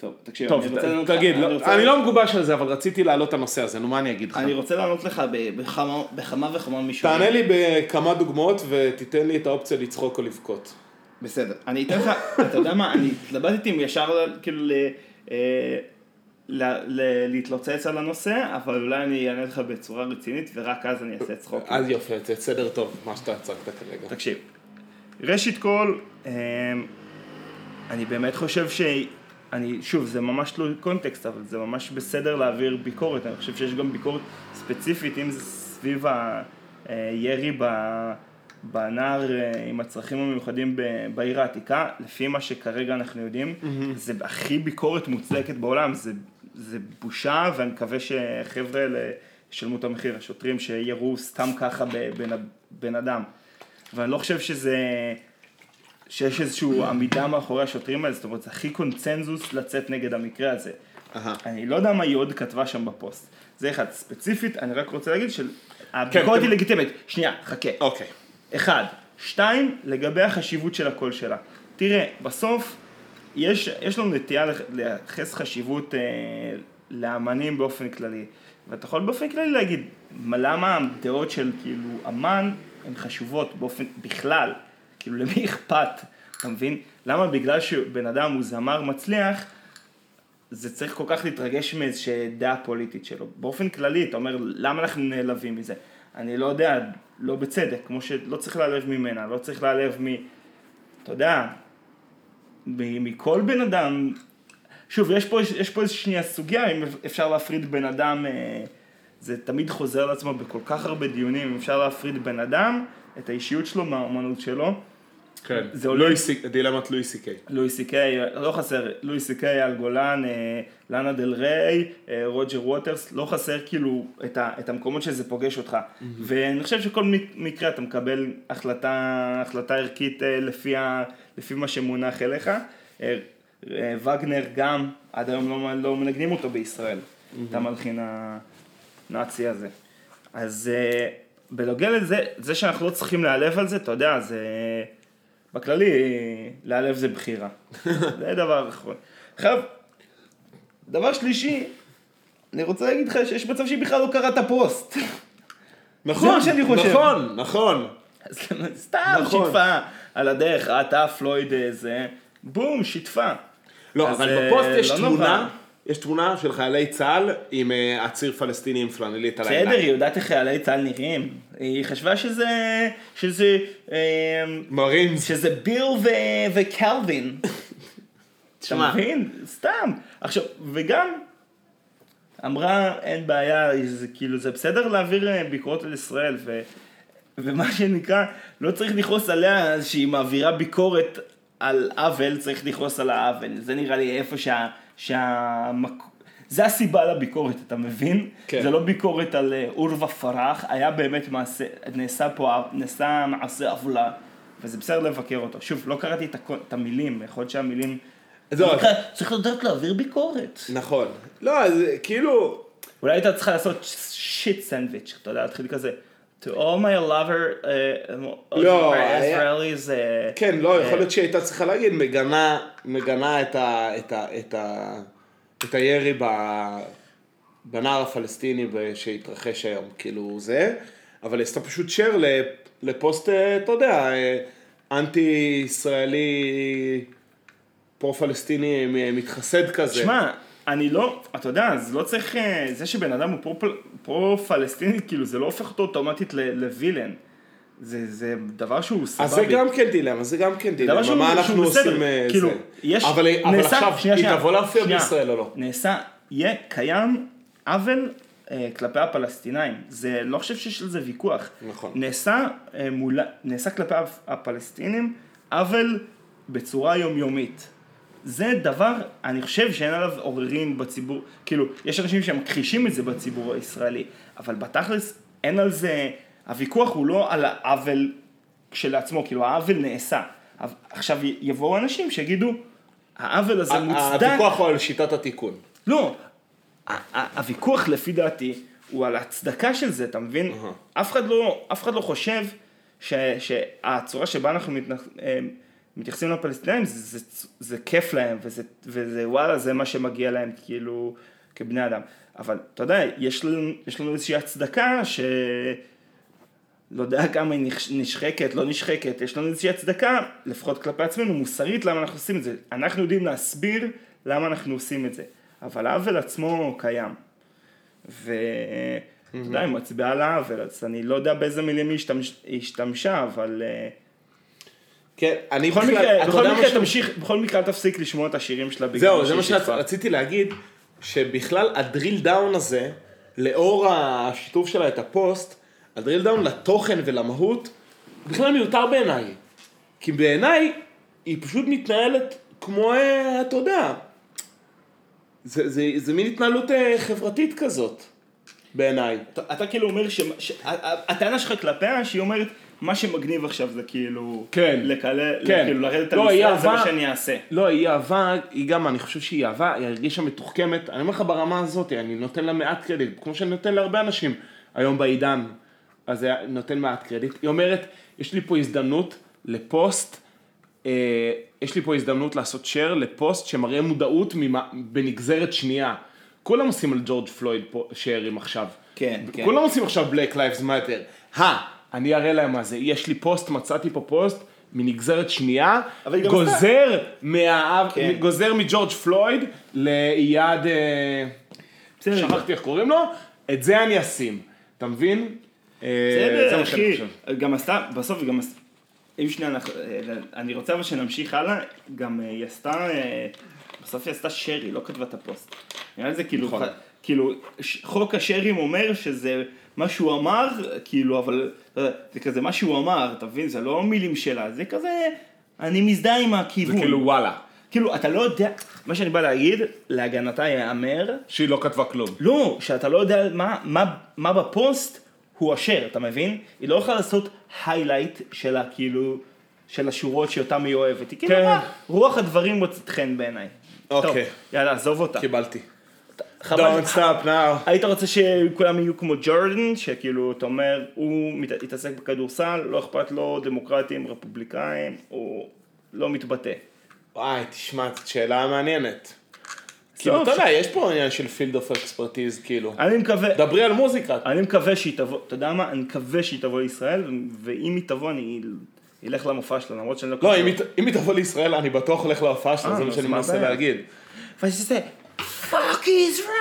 Speaker 2: טוב, תקשיב,
Speaker 1: טוב,
Speaker 2: אני רוצה לענות
Speaker 1: ת-
Speaker 2: לך-
Speaker 1: תגיד, לא-
Speaker 2: רוצה-
Speaker 1: אני לא מגובש על זה, אבל רציתי להעלות את הנושא הזה, נו מה אני אגיד לך?
Speaker 4: אני רוצה לענות לך ב- בכמה- בכמה וכמה מישורים.
Speaker 1: תענה לי בכמה דוגמאות ותיתן לי את האופציה לצחוק או לבכות.
Speaker 4: בסדר.
Speaker 2: אני אתן לך,
Speaker 4: אתה יודע מה, אני התלבטתי אם ישר ל- כאילו ל...
Speaker 2: אה, ל- ל- להתלוצץ על הנושא, אבל אולי אני אענה לך בצורה רצינית, ורק אז אני אעשה צחוק.
Speaker 1: אז יופי, זה סדר טוב, מה שאתה הצגת כרגע.
Speaker 2: תקשיב, ראשית כל, אמ, אני באמת חושב ש... אני, שוב, זה ממש תלוי קונטקסט, אבל זה ממש בסדר להעביר ביקורת. אני חושב שיש גם ביקורת ספציפית, אם זה סביב הירי בנער אה, עם הצרכים המיוחדים ב- בעיר העתיקה, לפי מה שכרגע אנחנו יודעים, זה הכי ביקורת מוצדקת בעולם. זה, זה בושה, ואני מקווה שהחבר'ה האלה ישלמו את המחיר, השוטרים שירו סתם ככה בבן, בן אדם. ואני לא חושב שזה, שיש איזושהי עמידה מאחורי השוטרים האלה, זאת אומרת, זה הכי קונצנזוס לצאת נגד המקרה הזה. אני לא יודע מה היא עוד כתבה שם בפוסט. זה אחד. ספציפית, אני רק רוצה להגיד שהביקורת
Speaker 1: כן.
Speaker 2: היא לגיטימית. שנייה, חכה.
Speaker 1: אוקיי.
Speaker 2: אחד. שתיים, לגבי החשיבות של הקול שלה. תראה, בסוף יש, יש לנו נטייה לח- לייחס חשיבות אה, לאמנים באופן כללי. ואתה יכול באופן כללי להגיד, "מה, למה הדעות של כאילו אמן הן חשובות באופן, בכלל? כאילו למי אכפת? אתה מבין? למה בגלל שבן אדם הוא זמר מצליח, זה צריך כל כך להתרגש מאיזושהי דעה פוליטית שלו. באופן כללי, אתה אומר, למה אנחנו נעלבים מזה? אני לא יודע, לא בצדק, כמו שלא צריך להעלב ממנה, לא צריך להעלב מ... אתה יודע, מ- מכל בן אדם... שוב, יש פה, יש פה איזושהי שנייה סוגיה, אם אפשר להפריד בן אדם, אה, זה תמיד חוזר על עצמו בכל כך הרבה דיונים, אם אפשר להפריד בן אדם, את האישיות שלו מהאומנות שלו.
Speaker 1: כן.
Speaker 2: זה עולה-
Speaker 1: לואי סי- דילמת לואי סי קיי.
Speaker 2: לואי סי קיי, לא חסר, לואי סי קיי, אל גולן, אה, לאנה דל ריי, אה, רוג'ר ווטרס, לא חסר כאילו את, ה, את המקומות שזה פוגש אותך. ואני חושב שכל מק- מקרה אתה מקבל החלטה, החלטה ערכית אה, לפי, ה, לפי מה שמונח אליך. אה, אה, וגנר גם, עד היום לא, לא מנגנים אותו בישראל, את המלחין הנאצי הזה. אז אה, בנוגע לזה, זה שאנחנו לא צריכים להיעלב על זה, אתה יודע, זה... בכללי, אה, להיעלב זה בחירה. זה דבר אחרון. עכשיו, דבר שלישי, אני רוצה להגיד לך שיש מצב שהיא בכלל לא קראה את הפוסט.
Speaker 1: נכון,
Speaker 2: מה שאני חושב.
Speaker 1: נכון, נכון.
Speaker 2: אז סתם
Speaker 1: נכון.
Speaker 2: שיתפה על הדרך, ראתה פלויד איזה, בום, שיתפה.
Speaker 1: לא,
Speaker 2: אז,
Speaker 1: אבל
Speaker 2: אה,
Speaker 1: בפוסט יש
Speaker 2: לא נורא.
Speaker 1: תמונה, יש תמונה של חיילי צה"ל עם אה, עציר פלסטיני עם פלנלית על
Speaker 2: בסדר,
Speaker 1: העיניים.
Speaker 2: היא יודעת איך חיילי צה"ל נראים. היא חשבה שזה, שזה, אה,
Speaker 1: מרינס.
Speaker 2: שזה ביר ו... וקלווין.
Speaker 1: תשמע.
Speaker 2: אתה מבין? סתם. עכשיו, וגם, אמרה, אין בעיה, זה כאילו, זה בסדר להעביר אה, ביקורות על ישראל, ו... ומה שנקרא, לא צריך לכעוס עליה שהיא מעבירה ביקורת על עוול, צריך לכעוס על העוול. זה נראה לי איפה שה... שהמק... זה הסיבה לביקורת, אתה מבין?
Speaker 1: כן.
Speaker 2: זה לא ביקורת על אה, עורבא פרח, היה באמת מעשה, נעשה פה, עו- נעשה מעשה עוולה, וזה בסדר לבקר אותו. שוב, לא קראתי את, הכל, את המילים, יכול להיות שהמילים...
Speaker 1: זהו, אז- לא,
Speaker 2: צריך לדעת להעביר ביקורת.
Speaker 1: נכון. לא, זה כאילו...
Speaker 2: אולי הייתה צריכה לעשות שיט סנדוויץ', אתה יודע, להתחיל כזה. To all my lover, uh,
Speaker 1: לא,
Speaker 2: my
Speaker 1: היה-
Speaker 2: Israelis, uh,
Speaker 1: כן, לא,
Speaker 2: אה.
Speaker 1: יכול להיות שהיא הייתה צריכה להגיד, מגנה, מגנה את ה... את ה... את ה... את הירי ב... בנער הפלסטיני ב- שהתרחש היום, כאילו זה, אבל היא עשתה פשוט share לפ- לפוסט, אה, אתה יודע, אה, אנטי-ישראלי, פרו-פלסטיני אה, מתחסד כזה.
Speaker 2: שמע, אני לא, אתה יודע, אז לא צריך, אה, זה שבן אדם הוא פרו- פרו-פלסטיני, כאילו זה לא הופך אותו אוטומטית ל- לווילן. זה, זה דבר שהוא סבבי.
Speaker 1: אז זה גם כן דילמה, זה גם כן
Speaker 2: דבר
Speaker 1: דילמה,
Speaker 2: שהוא-
Speaker 1: מה אנחנו
Speaker 2: שהוא בסדר,
Speaker 1: עושים אה,
Speaker 2: כאילו,
Speaker 1: זה.
Speaker 2: יש,
Speaker 1: אבל אה, אבל
Speaker 2: נעשה-
Speaker 1: עכשיו,
Speaker 2: שנייה,
Speaker 1: היא
Speaker 2: שנייה,
Speaker 1: תבוא להופיע
Speaker 2: שנייה.
Speaker 1: בישראל או לא?
Speaker 2: נעשה, יהיה קיים עוול אה, כלפי הפלסטינאים. זה, לא חושב שיש על זה ויכוח.
Speaker 1: נכון.
Speaker 2: נעשה, אה, מול, נעשה כלפי הפ- הפלסטינים עוול בצורה יומיומית. זה דבר, אני חושב שאין עליו עוררין בציבור, כאילו, יש אנשים שמכחישים את זה בציבור הישראלי, אבל בתכלס אין על זה, הוויכוח הוא לא על העוול כשלעצמו, כאילו העוול נעשה. אבל- עכשיו יבואו אנשים שיגידו, העוול הזה אה, מוצדק.
Speaker 1: הוויכוח הוא על שיטת התיקון.
Speaker 2: לא, ה- ה- הוויכוח לפי דעתי הוא על ההצדקה של זה, אתה מבין? אף אחד לא, אף אחד לא חושב ש, שהצורה שבה אנחנו מתנח, אה, מתייחסים לפלסטינאים זה, זה, זה כיף להם וזה, וזה וואלה זה מה שמגיע להם כאילו כבני אדם. אבל אתה יודע, יש לנו, יש לנו איזושהי הצדקה ש... לא יודע כמה היא נש- נשחקת, לא נשחקת, יש לנו איזושהי הצדקה, לפחות כלפי עצמנו, מוסרית, למה אנחנו עושים את זה. אנחנו יודעים להסביר למה אנחנו עושים את זה, אבל העוול עצמו קיים. ואתה יודע, היא מצביעה על העוול, אז אני לא יודע באיזה מילים היא השתמש- היא השתמשה, אבל... אה,
Speaker 1: כן, אני
Speaker 2: בכל
Speaker 1: בכלל-
Speaker 2: מקרה,
Speaker 1: אתה
Speaker 2: בכל
Speaker 1: יודע
Speaker 2: מקרה
Speaker 1: משהו?
Speaker 2: תמשיך, בכל מקרה אל תפסיק לשמוע את השירים שלה בגלל
Speaker 1: זהו, זה מה
Speaker 2: שהיא שיתפה.
Speaker 1: שרציתי להגיד, שבכלל הדריל דאון הזה, לאור השיתוף שלה את הפוסט, הדריל דאון לתוכן ולמהות, הוא בכלל מיותר בעיניי. כי בעיניי, היא פשוט מתנהלת כמו, אה, אתה יודע, זה, זה, זה מין התנהלות אה, חברתית כזאת, בעיניי.
Speaker 2: אתה- אתה כאילו אומר ש... ש- ה- ה- הטענה שלך כלפיה שהיא אומרת מה שמגניב עכשיו זה כאילו...
Speaker 1: כן.
Speaker 2: לקלל,
Speaker 1: כן.
Speaker 2: כאילו לרדת
Speaker 1: לא,
Speaker 2: על ישראל
Speaker 1: היא
Speaker 2: זה מה
Speaker 1: אהבה-
Speaker 2: שאני אעשה.
Speaker 1: לא, היא אהבה, היא גם, אני חושב שהיא אהבה, היא הרגישה מתוחכמת. אני אומר לך ברמה הזאת, אני נותן לה מעט קרדיט, כמו שאני נותן להרבה אנשים היום בעידן, אז זה נותן מעט קרדיט. היא אומרת, יש לי פה הזדמנות לפוסט, אה, יש לי פה הזדמנות לעשות share לפוסט שמראה מודעות ממה, בנגזרת שנייה. כולם עושים על ג'ורג' פלויד פה שיירים עכשיו.
Speaker 4: כן, כן.
Speaker 1: כולם עושים לא עכשיו Black Lives Matter. הא, אני אראה להם מה זה. יש לי פוסט, מצאתי פה פוסט. מנגזרת שנייה,
Speaker 2: אבל היא גם עשתה-
Speaker 1: גוזר, מה...
Speaker 4: כן.
Speaker 1: גוזר מג'ורג' פלויד לאייד, אה,
Speaker 2: כן.
Speaker 1: שכחתי איך קוראים לו, את זה אני אשים, אתה מבין? אה, זה
Speaker 2: בסדר,
Speaker 1: מה שאני
Speaker 2: אחי,
Speaker 1: חושב.
Speaker 2: גם עשתה, בסוף היא גם עשתה, אם שנייה, אנחנו- אה, אני רוצה אבל שנמשיך הלאה, גם אה, היא עשתה, אה, בסוף היא עשתה שרי, לא כתבה את הפוסט. נראה לי זה כאילו,
Speaker 1: נכון.
Speaker 2: ח- כאילו, ש- חוק השרים אומר שזה מה שהוא אמר, כאילו, אבל אה, זה כזה מה שהוא אמר, אתה מבין? זה לא מילים שלה, זה כזה, אני מזדהה עם
Speaker 1: זה
Speaker 2: הכיוון.
Speaker 1: כאילו וואלה,
Speaker 2: כאילו, אתה לא יודע, מה שאני בא להגיד, להגנתה ייאמר,
Speaker 1: שהיא לא כתבה כלום.
Speaker 2: לא, שאתה לא יודע מה, מה, מה בפוסט הוא אשר, אתה מבין? היא לא יכולה לעשות היילייט שלה, כאילו, של השורות שאותם היא אוהבת. היא כאילו,
Speaker 1: כן.
Speaker 2: מה, רוח הדברים מוצאת חן בעיניי. טוב,
Speaker 1: אוקיי.
Speaker 2: יאללה, עזוב אותה.
Speaker 1: קיבלתי.
Speaker 2: חבל.
Speaker 1: Don't stop now.
Speaker 2: היית רוצה שכולם יהיו כמו ג'ורדן, שכאילו, אתה אומר, הוא מת- התעסק בכדורסל, לא אכפת לו דמוקרטים, רפובליקאים, הוא לא מתבטא.
Speaker 1: וואי, תשמע, זאת שאלה מעניינת. כאילו, אתה
Speaker 2: ש-
Speaker 1: יודע, יש פה עניין של field of expertise, כאילו.
Speaker 2: אני מקווה...
Speaker 1: דברי על מוזיקה.
Speaker 2: אני מקווה שהיא תבוא, אתה יודע מה? אני מקווה שהיא תבוא לישראל, ואם היא תבוא אני אלך למופע שלה, למרות שאני לא...
Speaker 1: לא, אם היא ת- אם היא תבוא לישראל, אני בטוח הולך להופעה שלה,
Speaker 2: אה,
Speaker 1: זה מה
Speaker 2: אז
Speaker 1: שאני
Speaker 2: מה
Speaker 1: מנסה
Speaker 2: הבעיה?
Speaker 1: להגיד.
Speaker 2: ואז היא תעשה, פאק ישראל!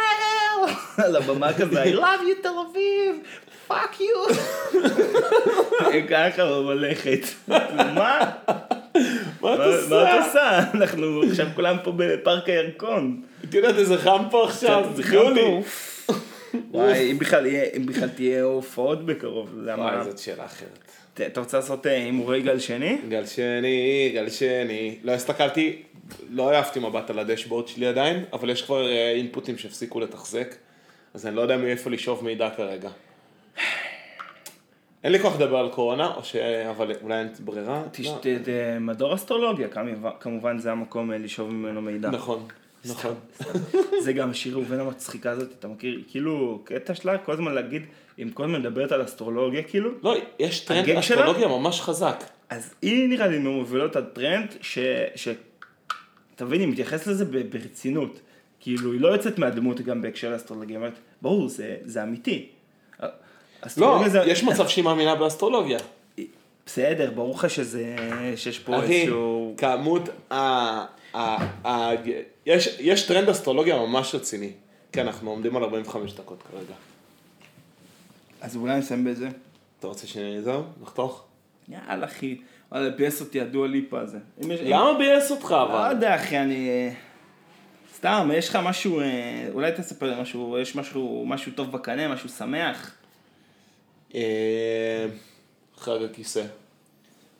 Speaker 2: על הבמה כזה, I love you תל אביב! פאק יו! ככה במלאכת. מה?
Speaker 1: מה
Speaker 2: מה
Speaker 1: אתה
Speaker 2: מה את
Speaker 1: עושה?
Speaker 2: עושה? אנחנו עכשיו כולם פה בפארק הירקון.
Speaker 1: את יודעת איזה חם פה עכשיו?
Speaker 2: זה חם
Speaker 1: יולי.
Speaker 2: פה. וואי, אם בכלל יהיה- אם בכלל תהיה הופעות בקרוב, למה?
Speaker 1: וואי, זאת שאלה אחרת.
Speaker 2: ת- אתה רוצה לעשות אה, הימורי גל שני?
Speaker 1: גל שני, גל שני. לא הסתכלתי, לא העפתי מבט על הדשבורד שלי עדיין, אבל יש כבר אה, אינפוטים שהפסיקו לתחזק, אז אני לא יודע מאיפה לשאוב מידע כרגע. אין לי כוח לדבר על קורונה, או ש... אבל אולי אין ברירה. לא.
Speaker 2: תשת- ת- ת- מדור אסטרולוגיה, כמובן- כמובן זה המקום אה, לשאוב ממנו מידע.
Speaker 1: נכון, נכון.
Speaker 2: זה גם השיר ראובן המצחיקה הזאת, אתה מכיר? היא כאילו, קטע שלה כל הזמן להגיד, אם כל הזמן מדברת על אסטרולוגיה כאילו,
Speaker 1: לא, יש טרנד
Speaker 2: הגג שלה?
Speaker 1: אסטרולוגיה ממש חזק.
Speaker 2: אז היא נראה לי ממובילות הטרנד, ש... ש... אתה מבין, היא מתייחסת לזה ב- ברצינות. כאילו, היא לא יוצאת מהדמות גם בהקשר לאסטרולוגיה, היא אומרת, ברור, זה, זה אמיתי.
Speaker 1: לא,
Speaker 2: אסטרולוגיה זה-
Speaker 1: יש מצב שהיא מאמינה באסטרולוגיה.
Speaker 2: בסדר, ברור לך שזה, שיש פה
Speaker 1: אחי,
Speaker 2: איזשהו...
Speaker 1: כמות ה... ה- ה- יש- יש טרנד אסטרולוגיה ממש רציני. כן, אנחנו עומדים על 45 דקות כרגע.
Speaker 2: אז אולי נסיים בזה.
Speaker 1: אתה רוצה שנזהו? נחתוך?
Speaker 2: יאללה אחי, וואלה ביאס אותי הדו ליפה הזה. אם יש- אם-
Speaker 1: למה ביאס אותך
Speaker 2: כן. לא
Speaker 1: אבל?
Speaker 2: יודע אחי, אני... אה, סתם, יש לך משהו, אה, אולי תספר לי משהו, יש משהו, משהו טוב בקנה, משהו שמח.
Speaker 1: אה, חג הכיסא.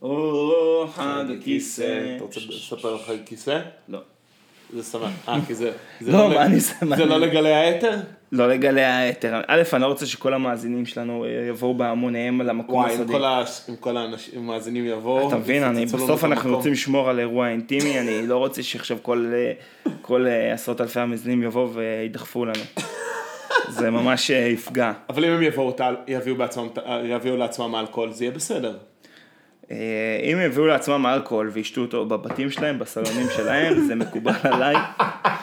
Speaker 2: או, חג הכיסא.
Speaker 1: אתה רוצה לספר על חג הכיסא?
Speaker 2: כן, אה, לא.
Speaker 1: זה שמח. אה, כי זה... זה
Speaker 2: לא,
Speaker 1: לג-
Speaker 2: מה אני שמח?
Speaker 1: זה לא לגלי האתר?
Speaker 2: לא לגלי היתר. א', אני לא רוצה שכל המאזינים שלנו אה, יבואו בהמוניהם למקום
Speaker 1: וואי, עם
Speaker 2: הסודי.
Speaker 1: כל ה- לא עם כל האנשים, עם המאזינים יבואו.
Speaker 2: אתה מבין, אני,
Speaker 1: יפוצצו לנו
Speaker 2: בסוף
Speaker 1: את
Speaker 2: אנחנו
Speaker 1: המקום.
Speaker 2: רוצים לשמור על אירוע אינטימי, אני לא רוצה שעכשיו כל, אה, כל אה, עשרות אלפי המאזינים יבואו וידחפו לנו. זה ממש אה, יפגע.
Speaker 1: אבל אם הם יבואו, ת- יביאו בעצמם- אה, יביאו לעצמם אלכוהול, זה יהיה בסדר.
Speaker 2: אה, אם יביאו לעצמם אלכוהול וישתו אותו בבתים שלהם, בסלונים שלהם, זה מקובל עליי.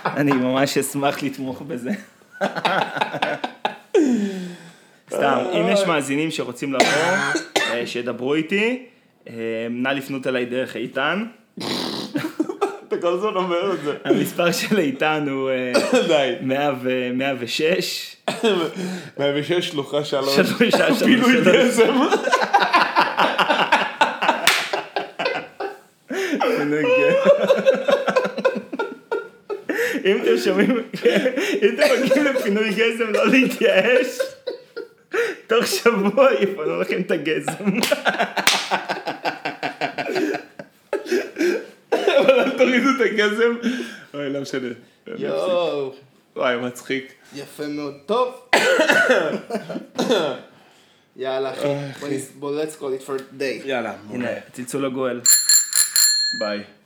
Speaker 2: אני ממש אשמח לתמוך בזה. סתם, אם יש מאזינים שרוצים לבוא, אה, שידברו איתי, אה, נא לפנות אליי דרך איתן.
Speaker 1: אתה כל הזמן אומר את זה.
Speaker 2: המספר של איתן הוא אה,
Speaker 1: די.
Speaker 2: 100 ו- 106,
Speaker 1: מהבישי שלוחה שלוש.
Speaker 2: שלוש, שלוש,
Speaker 1: פינוי
Speaker 2: שלוש.
Speaker 1: גזם.
Speaker 2: אם אתם שומעים, אם אתם מגיעים לפינוי גזם לא להתייאש, תוך שבוע יפנו לכם את הגזם.
Speaker 1: אבל אל תורידו את הגזם. אוי, לא משנה.
Speaker 5: יואו,
Speaker 1: וואי, מצחיק.
Speaker 5: יפה מאוד. טוב. יאללה אחי, בוא נס- בוא let's call it for a day.
Speaker 1: אוקיי. יאללה,
Speaker 2: הנה, צלצול הגואל.
Speaker 1: ביי.